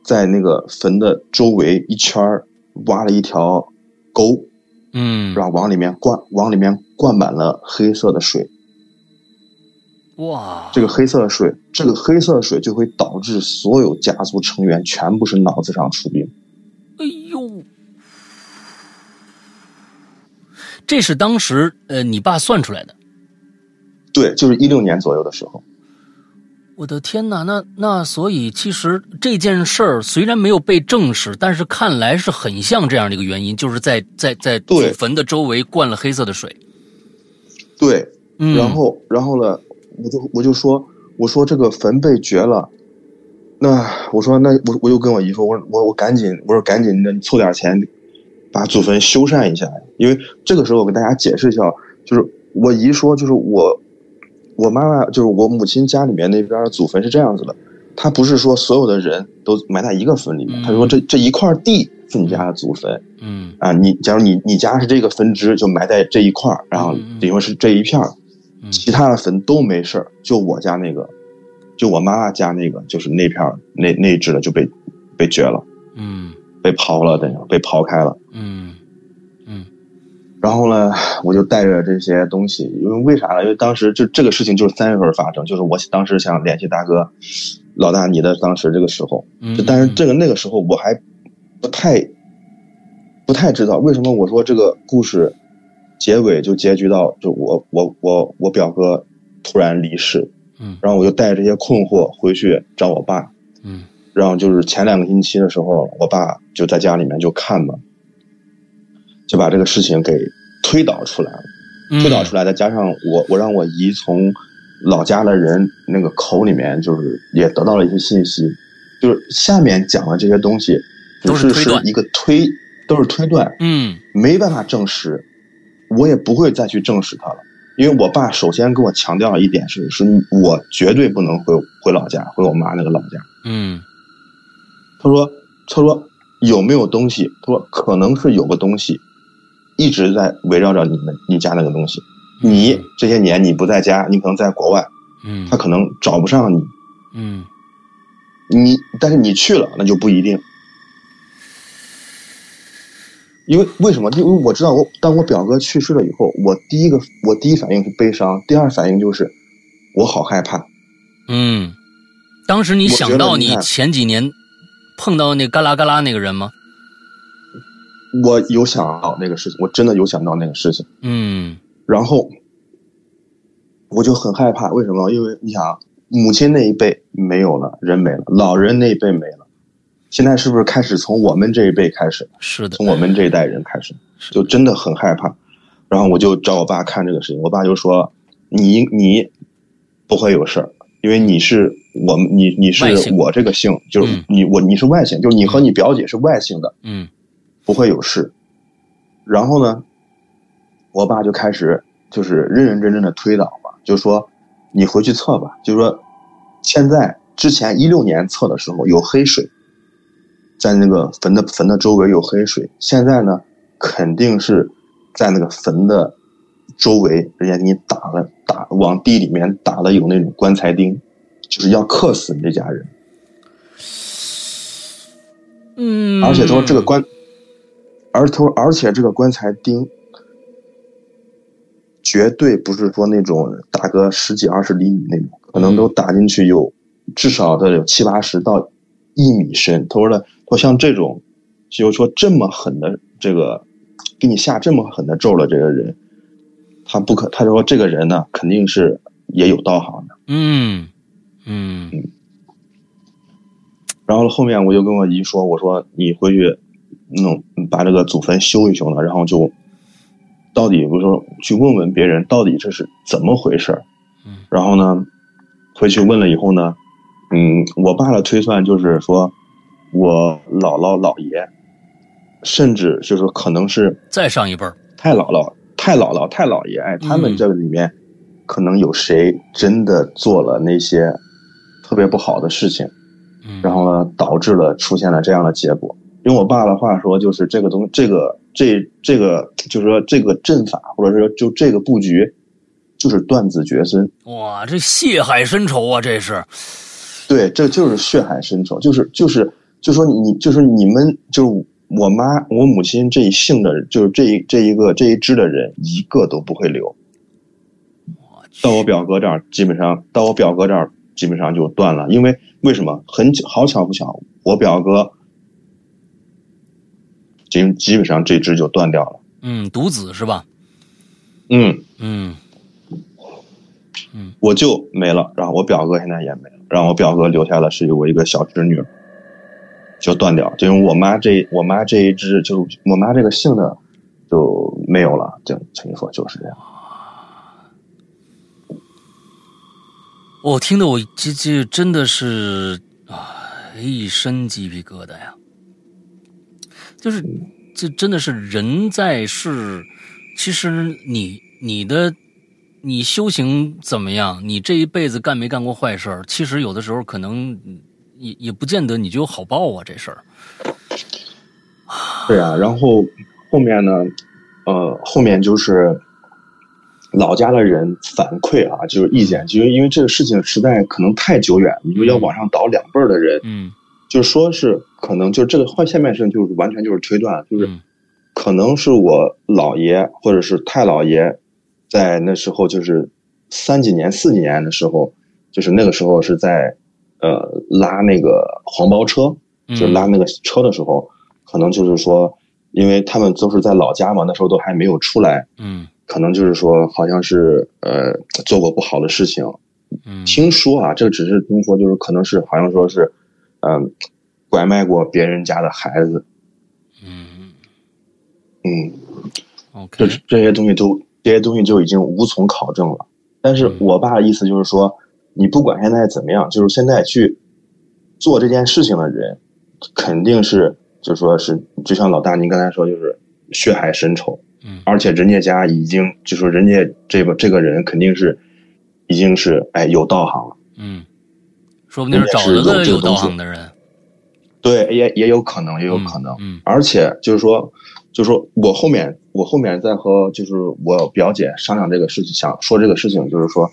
[SPEAKER 3] 在那个坟的周围一圈儿挖了一条沟，
[SPEAKER 2] 嗯，
[SPEAKER 3] 然后往里面灌往里面灌满了黑色的水，
[SPEAKER 2] 哇，
[SPEAKER 3] 这个黑色的水，这个黑色的水就会导致所有家族成员全部是脑子上出病。
[SPEAKER 2] 哎呦，这是当时呃你爸算出来的。
[SPEAKER 3] 对，就是一六年左右的时候，
[SPEAKER 2] 我的天哪，那那所以其实这件事儿虽然没有被证实，但是看来是很像这样的一个原因，就是在在在祖
[SPEAKER 3] 对
[SPEAKER 2] 坟的周围灌了黑色的水。
[SPEAKER 3] 对，
[SPEAKER 2] 嗯，
[SPEAKER 3] 然后，然后呢，我就我就说，我说这个坟被掘了，那我说那我我就跟我姨说，我说我我赶紧，我说赶紧的凑点钱，把祖坟修缮一下，因为这个时候我跟大家解释一下，就是我姨说，就是我我妈妈就是我母亲家里面那边祖坟是这样子的，她不是说所有的人都埋在一个坟里面，她说这这一块地是你家的祖坟，
[SPEAKER 2] 嗯
[SPEAKER 3] 啊，你假如你你家是这个分支，就埋在这一块儿，然后
[SPEAKER 2] 嗯嗯
[SPEAKER 3] 等于说是这一片儿，
[SPEAKER 2] 嗯
[SPEAKER 3] 其他的坟都没事儿，就我家那个，就我妈妈家那个，就是那片儿那那一支的就被被掘了，
[SPEAKER 2] 嗯
[SPEAKER 3] 被刨了，等于说被刨开了。
[SPEAKER 2] 嗯嗯
[SPEAKER 3] 然后呢，我就带着这些东西，因为为啥呢？因为当时就这个事情就是三月份发生，就是我当时想联系大哥，老大你的当时这个时候，
[SPEAKER 2] 嗯，
[SPEAKER 3] 就但是这个那个时候我还不太不太知道为什么我说这个故事结尾就结局到就我我我我表哥突然离世，
[SPEAKER 2] 嗯
[SPEAKER 3] 然后我就带着这些困惑回去找我爸，
[SPEAKER 2] 嗯
[SPEAKER 3] 然后就是前两个星期的时候，我爸就在家里面就看嘛，就把这个事情给推导出来了。
[SPEAKER 2] 嗯
[SPEAKER 3] 推导出来的，加上我我让我姨从老家的人那个口里面，就是也得到了一些信息，就是下面讲的这些东西
[SPEAKER 2] 都是
[SPEAKER 3] 只是
[SPEAKER 2] 推
[SPEAKER 3] 是
[SPEAKER 2] 断
[SPEAKER 3] 一个推，都是推断，
[SPEAKER 2] 嗯
[SPEAKER 3] 没办法证实，我也不会再去证实它了。因为我爸首先跟我强调了一点是，是我绝对不能回回老家，回我妈那个老家。
[SPEAKER 2] 嗯
[SPEAKER 3] 他说：“他说有没有东西？他说可能是有个东西，一直在围绕着你们你家那个东西。
[SPEAKER 2] 嗯
[SPEAKER 3] 你这些年你不在家，你可能在国外，
[SPEAKER 2] 嗯
[SPEAKER 3] 他可能找不上你。
[SPEAKER 2] 嗯
[SPEAKER 3] 你但是你去了，那就不一定。因为为什么？因为我知道我当我表哥去世了以后，我第一个我第一反应是悲伤，第二反应就是我好害怕。
[SPEAKER 2] 嗯，当时你
[SPEAKER 3] 我觉
[SPEAKER 2] 想
[SPEAKER 3] 得
[SPEAKER 2] 到
[SPEAKER 3] 你
[SPEAKER 2] 你
[SPEAKER 3] 看
[SPEAKER 2] 前几年碰到那嘎啦嘎啦那个人吗？
[SPEAKER 3] 我有想到那个事情，我真的有想到那个事情。
[SPEAKER 2] 嗯
[SPEAKER 3] 然后我就很害怕，为什么？因为你想啊，母亲那一辈没有了，人没了，老人那一辈没了，现在是不是开始从我们这一辈开始，
[SPEAKER 2] 是的
[SPEAKER 3] 从，我们这一代人开始，
[SPEAKER 2] 是
[SPEAKER 3] 就真的很害怕。然后我就找我爸看这个事情，我爸就说：“你你不会有事儿，因为你是我们你你是
[SPEAKER 2] 外姓
[SPEAKER 3] 我这个姓，就是
[SPEAKER 2] 嗯
[SPEAKER 3] 你、我你是外姓，就是你和你表姐是外姓的，
[SPEAKER 2] 嗯
[SPEAKER 3] 不会有事。然后呢，我爸就开始就是认认真真的推导嘛，就是说你回去测吧，就是说现在之前一六年测的时候有黑水，在那个坟的坟的周围有黑水，现在呢肯定是在那个坟的周围，人家给你打了打往地里面打了有那种棺材钉，就是要克死你这家人，
[SPEAKER 2] 嗯，
[SPEAKER 3] 而且说这个棺，而头而且这个棺材钉。绝对不是说那种打个十几二十厘米那种，可能都打进去有至少的有七八十到一米深。他说的，他说像这种，就是说这么狠的这个，给你下这么狠的咒了，这个人，他不可，他说这个人呢，肯定是也有道行的。
[SPEAKER 2] 嗯嗯
[SPEAKER 3] 然后后面我就跟我姨说，我说你回去弄把这个祖坟修一修呢，然后就到底我说去问问别人到底这是怎么回事儿
[SPEAKER 2] 嗯
[SPEAKER 3] 然后呢，回去问了以后呢，嗯，我爸的推算就是说，我姥姥姥爷，甚至就是说可能是
[SPEAKER 2] 再上一辈儿，
[SPEAKER 3] 太姥姥、太姥姥、太姥爷，哎，他
[SPEAKER 2] 嗯
[SPEAKER 3] 们这里面可能有谁真的做了那些特别不好的事情。
[SPEAKER 2] 嗯，
[SPEAKER 3] 然后呢，导致了出现了这样的结果。用我爸的话说，就是这个东，这个这这个，就是说这个阵法，或者说就这个布局，就是断子绝孙。
[SPEAKER 2] 哇，这血海深仇啊，这是，
[SPEAKER 3] 对，这就是血海深仇，就是就是就说你就是你们就是我妈我母亲这一姓的，就是这一这一个这一支的人，一个都不会留。
[SPEAKER 2] 我去
[SPEAKER 3] 到我表哥这儿，基本上到我表哥这儿基本上就断了，因为为什么？很巧好巧不巧，我表哥基基本上这支就断掉了。
[SPEAKER 2] 嗯，独子是吧？
[SPEAKER 3] 嗯，
[SPEAKER 2] 嗯
[SPEAKER 3] 我舅没了，然后我表哥现在也没了，然后我表哥留下的是我一个小侄女，就断掉，就因为我妈这我妈这一支就是我妈这个姓的就没有了，就等于说就是这样。
[SPEAKER 2] 我、听得我这这真的是啊，一身鸡皮疙瘩呀！就是这真的是人在世，其实你你的你修行怎么样，你这一辈子干没干过坏事儿，其实有的时候可能也也不见得你就有好报啊，这事儿。
[SPEAKER 3] 对啊，然后后面呢，呃，后面就是老家的人反馈啊，就是意见，就是因为这个事情实在可能太久远了，你说要往上倒两辈儿的人，
[SPEAKER 2] 嗯
[SPEAKER 3] 就说是可能就是这个换下面事情就是完全就是推断，就是
[SPEAKER 2] 嗯
[SPEAKER 3] 可能是我姥爷或者是太姥爷，在那时候就是三几年四几年的时候，就是那个时候是在呃拉那个黄包车，
[SPEAKER 2] 嗯，
[SPEAKER 3] 就拉那个车的时候，可能就是说，因为他们都是在老家嘛，那时候都还没有出来，
[SPEAKER 2] 嗯
[SPEAKER 3] 可能就是说，好像是呃做过不好的事情。
[SPEAKER 2] 嗯
[SPEAKER 3] 听说啊，这只是听说，就是可能是好像说是，嗯、拐卖过别人家的孩子，
[SPEAKER 2] 嗯
[SPEAKER 3] 嗯，这
[SPEAKER 2] ，OK，
[SPEAKER 3] 这些东西都这些东西就已经无从考证了。但是
[SPEAKER 2] 嗯
[SPEAKER 3] 我爸的意思就是说，你不管现在怎么样，就是现在去做这件事情的人，肯定是就说是就像老大您刚才说，就是血海深仇，
[SPEAKER 2] 嗯
[SPEAKER 3] 而且人家家已经就说人家这个这个人肯定是已经是哎有道行了，
[SPEAKER 2] 嗯，说不定是找了个有道行的人，
[SPEAKER 3] 对，也也有可能，也有可能。
[SPEAKER 2] 嗯
[SPEAKER 3] 而且就是说，就是说我后面我后面在和就是我表姐商量这个事情，想说这个事情，就是说，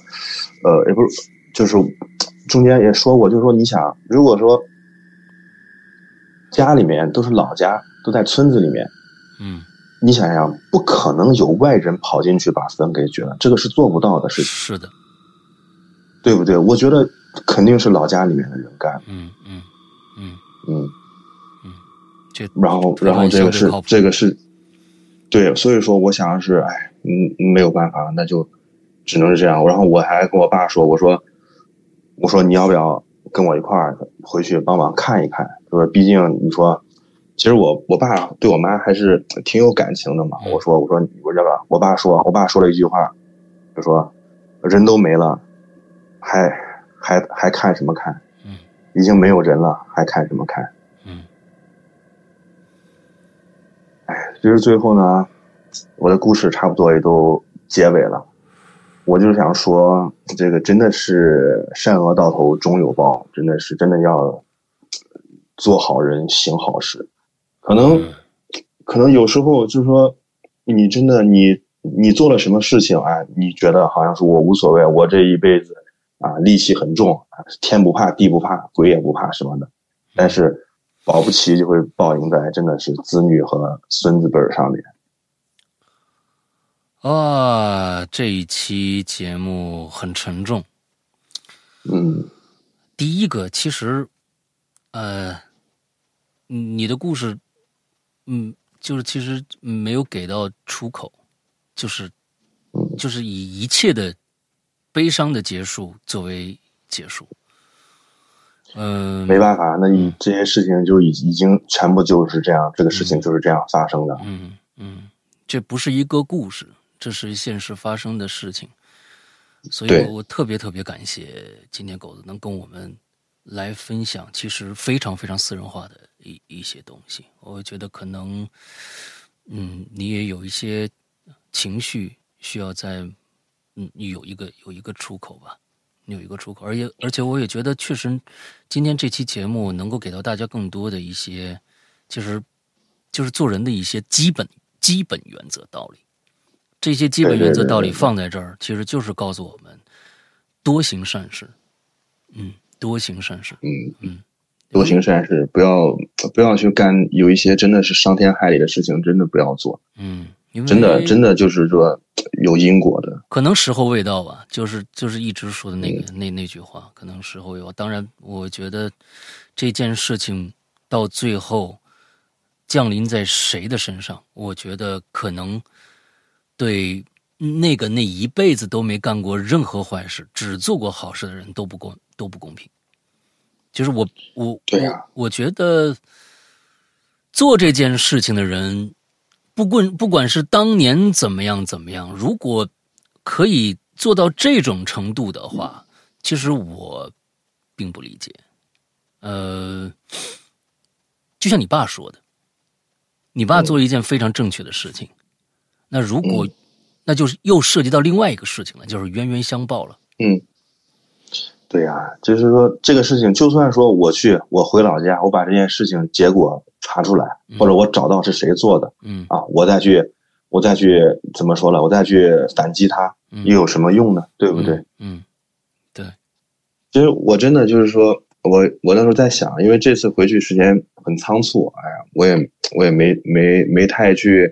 [SPEAKER 3] 呃，也不是，就是中间也说过，就是说你想，如果说家里面都是老家，都在村子里面，
[SPEAKER 2] 嗯，
[SPEAKER 3] 你想想，不可能有外人跑进去把坟给掘了，这个是做不到的事情，
[SPEAKER 2] 是的，
[SPEAKER 3] 对不对？我觉得肯定是老家里面的人干的，
[SPEAKER 2] 嗯嗯嗯，
[SPEAKER 3] 嗯。
[SPEAKER 2] 这
[SPEAKER 3] 然后，
[SPEAKER 2] 推
[SPEAKER 3] 然后
[SPEAKER 2] 断
[SPEAKER 3] 这
[SPEAKER 2] 相
[SPEAKER 3] 个
[SPEAKER 2] 对
[SPEAKER 3] 是
[SPEAKER 2] 靠谱
[SPEAKER 3] 这个是，对，所以说我想的是，哎，嗯，没有办法了，那就只能是这样。然后我还跟我爸说，我说，我说你要不要跟我一块儿回去帮忙看一看？就是毕竟你说，其实我我爸对我妈还是挺有感情的嘛。
[SPEAKER 2] 嗯
[SPEAKER 3] 我说，我说，我这个，我爸说，我爸说了一句话，就说人都没了，还还还看什么看？
[SPEAKER 2] 嗯，
[SPEAKER 3] 已经没有人了，还看什么看？
[SPEAKER 2] 嗯
[SPEAKER 3] 哎其实最后呢，我的故事差不多也都结尾了。我就是想说，这个真的是善恶到头终有报，真的是真的要做好人行好事。可能可能有时候就是说，你真的你你做了什么事情啊？你觉得好像是我无所谓，我这一辈子啊戾气很重，啊天不怕地不怕鬼也不怕什么的，但是保不齐就会报应在真的是子女和孙子辈儿上面。
[SPEAKER 2] 啊，这一期节目很沉重。
[SPEAKER 3] 嗯。
[SPEAKER 2] 第一个，其实，呃，你的故事，嗯，就是其实没有给到出口，就是就是以一切的悲伤的结束作为结束。嗯、
[SPEAKER 3] 没办法，那你这些事情就已已经全部就是这样，这个事情就是这样发生的。
[SPEAKER 2] 嗯，嗯，这不是一个故事，这是现实发生的事情。所以
[SPEAKER 3] 对
[SPEAKER 2] 我，我特别特别感谢今天狗子能跟我们来分享，其实非常非常私人化的一一些东西。我觉得可能，嗯，你也有一些情绪需要在，嗯，有一个有一个出口吧，有一个出口。而且而且，我也觉得确实，今天这期节目能够给到大家更多的一些，其实就是做人的一些基本基本原则道理。这些基本原则道理
[SPEAKER 3] 对对对对
[SPEAKER 2] 放在这儿，其实就是告诉我们多行善事。嗯，多行善事。
[SPEAKER 3] 嗯
[SPEAKER 2] 嗯，
[SPEAKER 3] 多行善事，不要不要去干有一些真的是伤天害理的事情，真的不要做，
[SPEAKER 2] 嗯，因为
[SPEAKER 3] 真的真的就是说有因果的。
[SPEAKER 2] 可能时候未到吧，就是就是一直说的那
[SPEAKER 3] 嗯
[SPEAKER 2] 个、那那句话，可能时候未到。当然，我觉得这件事情到最后降临在谁的身上，我觉得可能对那个那一辈子都没干过任何坏事，只做过好事的人都不公都不公平。就是我我
[SPEAKER 3] 对啊
[SPEAKER 2] 我我觉得做这件事情的人，不管不管是当年怎么样怎么样，如果可以做到这种程度的话，
[SPEAKER 3] 嗯
[SPEAKER 2] 其实我并不理解。呃，就像你爸说的，你
[SPEAKER 3] 嗯
[SPEAKER 2] 爸做了一件非常正确的事情。那如果，那就是又涉及到另外一个事情了，就是冤冤相报了。
[SPEAKER 3] 嗯，对呀、就是说这个事情，就算说我去我回老家，我把这件事情结果查出来，或者我找到是谁做的
[SPEAKER 2] 嗯
[SPEAKER 3] 啊，我再去我再去怎么说了，我再去反击他，
[SPEAKER 2] 嗯，
[SPEAKER 3] 又有什么用呢？对
[SPEAKER 2] 对
[SPEAKER 3] 不对？？
[SPEAKER 2] 嗯，
[SPEAKER 3] 其实我真的就是说，我我那时候在想，因为这次回去时间很仓促，哎呀，我也我也没没没太去，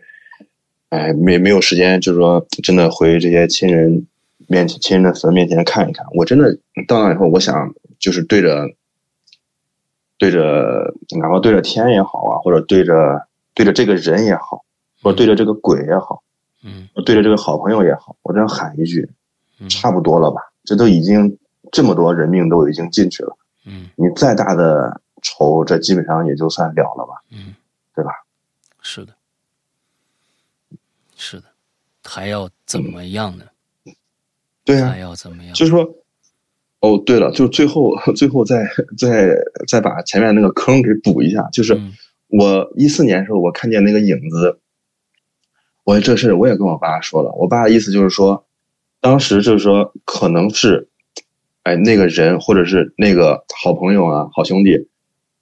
[SPEAKER 3] 哎，没没有时间，就是说真的回这些亲人面前、亲人的坟面前看一看。我真的到那以后，我想就是对着对着，哪怕对着天也好啊，或者对着对着这个人也好，或者对着这个鬼也好，
[SPEAKER 2] 嗯
[SPEAKER 3] 对着这个好朋友也好，我这样喊一句，
[SPEAKER 2] 嗯
[SPEAKER 3] 差不多了吧？这都已经这么多人命都已经进去了，
[SPEAKER 2] 嗯
[SPEAKER 3] 你再大的仇，这基本上也就算了了吧？
[SPEAKER 2] 嗯，
[SPEAKER 3] 对吧？
[SPEAKER 2] 是的，是的，还要怎么样呢？
[SPEAKER 3] 对啊
[SPEAKER 2] 还，要怎么样？
[SPEAKER 3] 就是说，哦，对了，就是最后最后再再再把前面那个坑给补一下。就是
[SPEAKER 2] 嗯
[SPEAKER 3] 我一四年的时候，我看见那个影子，我这事我也跟我爸说了，我爸的意思就是说，当时就是说可能是，哎，那个人或者是那个好朋友啊、好兄弟，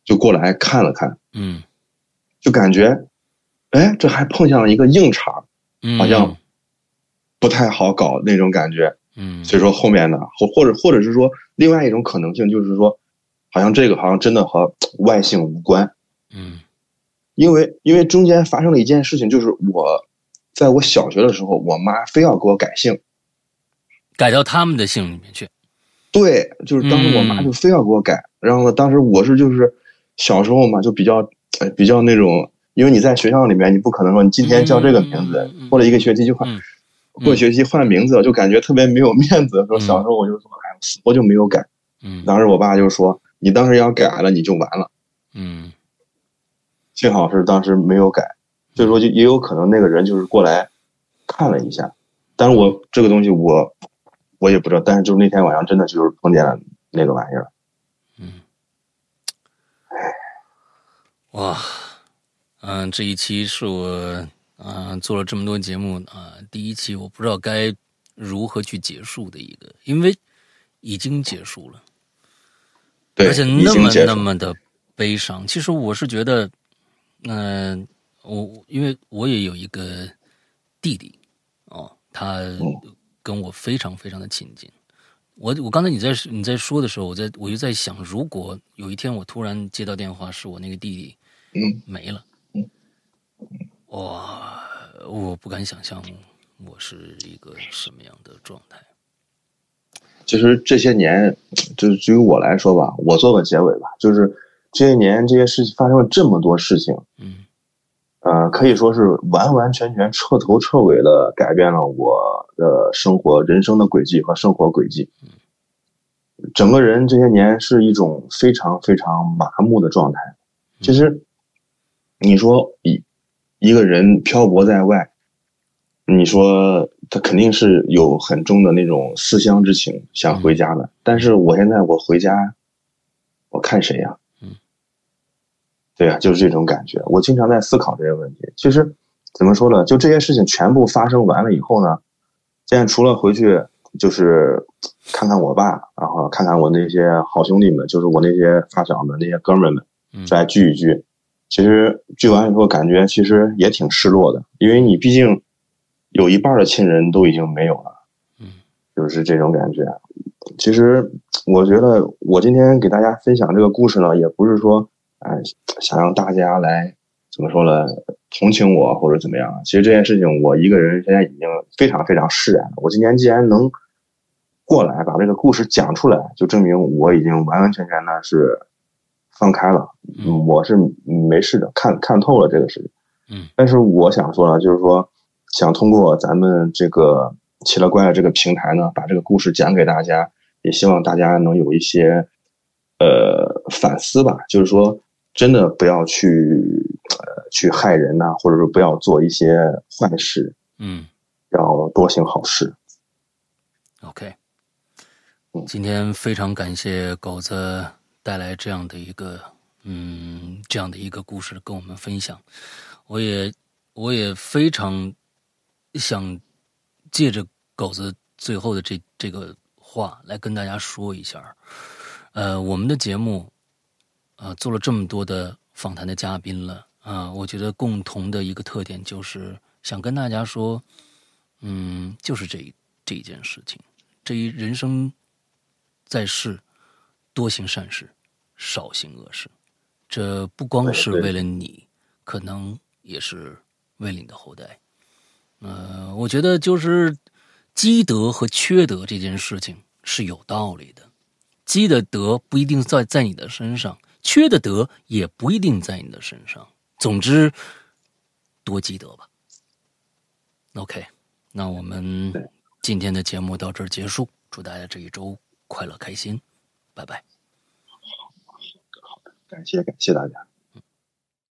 [SPEAKER 3] 就过来看了看，
[SPEAKER 2] 嗯
[SPEAKER 3] 就感觉，哎，这还碰上了一个硬茬儿。
[SPEAKER 2] 嗯，
[SPEAKER 3] 好像不太好搞那种感觉，
[SPEAKER 2] 嗯，
[SPEAKER 3] 所以说后面呢，或或者或者是说另外一种可能性就是说，好像这个好像真的和外性无关，
[SPEAKER 2] 嗯
[SPEAKER 3] 因为因为中间发生了一件事情，就是我在我小学的时候，我妈非要给我改姓，
[SPEAKER 2] 改到他们的姓里面去。
[SPEAKER 3] 对，就是当时我妈
[SPEAKER 2] 嗯
[SPEAKER 3] 就非要给我改，然后呢，当时我是就是小时候嘛，就比较、呃、比较那种，因为你在学校里面，你不可能说你今天叫这个名字，
[SPEAKER 2] 嗯嗯嗯
[SPEAKER 3] 过了一个学期就换，
[SPEAKER 2] 嗯
[SPEAKER 3] 过了学期换名字，就感觉特别没有面子。说小时候我就说，哎，死活就没有改。
[SPEAKER 2] 嗯
[SPEAKER 3] 当时我爸就说，你当时要改了，你就完了。
[SPEAKER 2] 嗯
[SPEAKER 3] 幸好是当时没有改，所以说就也有可能那个人就是过来看了一下，但是我这个东西我我也不知道，但是就是那天晚上真的就是碰见了那个玩意儿。
[SPEAKER 2] 嗯，哇，嗯，这一期是我啊、做了这么多节目啊、第一期我不知道该如何去结束的一个，因为已经结束了，
[SPEAKER 3] 对，
[SPEAKER 2] 而且
[SPEAKER 3] 已
[SPEAKER 2] 那
[SPEAKER 3] 经
[SPEAKER 2] 么
[SPEAKER 3] 结
[SPEAKER 2] 那
[SPEAKER 3] 束，
[SPEAKER 2] 么的悲伤。其实我是觉得，嗯、我因为我也有一个弟弟哦，他跟我非常非常的亲近。我我刚才你在你在说的时候，我在我就在想，如果有一天我突然接到电话，是我那个弟弟
[SPEAKER 3] 嗯
[SPEAKER 2] 没了，哇，我不敢想象我是一个什么样的状态。
[SPEAKER 3] 其实这些年，就是对于我来说吧，我做个结尾吧，就是这些年这些事情发生了这么多事情，
[SPEAKER 2] 嗯
[SPEAKER 3] 呃，可以说是完完全全、彻头彻尾的改变了我的生活、人生的轨迹和生活轨迹。整个人这些年是一种非常非常麻木的状态。其实，你说一一个人漂泊在外，你说他肯定是有很重的那种思乡之情，想回家的。但是我现在我回家，我看谁呀、对呀、就是这种感觉。我经常在思考这些问题。其实怎么说呢？就这些事情全部发生完了以后呢，现在除了回去就是看看我爸，然后看看我那些好兄弟们，就是我那些发小们、那些哥们儿们，
[SPEAKER 2] 嗯
[SPEAKER 3] 再聚一聚。其实聚完以后，感觉其实也挺失落的，因为你毕竟有一半的亲人都已经没有了。
[SPEAKER 2] 嗯
[SPEAKER 3] 就是这种感觉。其实我觉得，我今天给大家分享这个故事呢，也不是说，哎，想让大家来怎么说呢，同情我或者怎么样。啊其实这件事情，我一个人现在已经非常非常释然了。我今天既然能过来把这个故事讲出来，就证明我已经完完全全的是放开了，
[SPEAKER 2] 嗯
[SPEAKER 3] 我是没事的，看看透了这个事情。
[SPEAKER 2] 嗯，
[SPEAKER 3] 但是我想说呢，就是说，想通过咱们这个奇了怪了这个平台呢，把这个故事讲给大家，也希望大家能有一些呃反思吧，就是说，真的不要去呃去害人呐、或者说不要做一些坏事，
[SPEAKER 2] 嗯
[SPEAKER 3] 要多行好事。
[SPEAKER 2] ，OK
[SPEAKER 3] 嗯。
[SPEAKER 2] 今天非常感谢狗子带来这样的一个嗯这样的一个故事跟我们分享，我也我也非常想借着狗子最后的这这个话来跟大家说一下，呃，我们的节目啊，做了这么多的访谈的嘉宾了啊，我觉得共同的一个特点就是想跟大家说，嗯，就是这一这一件事情，这一人生在世，多行善事，少行恶事，这不光是
[SPEAKER 3] 对
[SPEAKER 2] 为了你，可能也是为了你的后代。呃，我觉得就是积德和缺德这件事情是有道理的。积的德不一定在在你的身上，缺的德也不一定在你的身上。总之，多积德吧。OK，那我们
[SPEAKER 3] 对
[SPEAKER 2] 今天的节目到这儿结束，祝大家这一周快乐开心，拜拜。
[SPEAKER 3] 感谢感谢大家。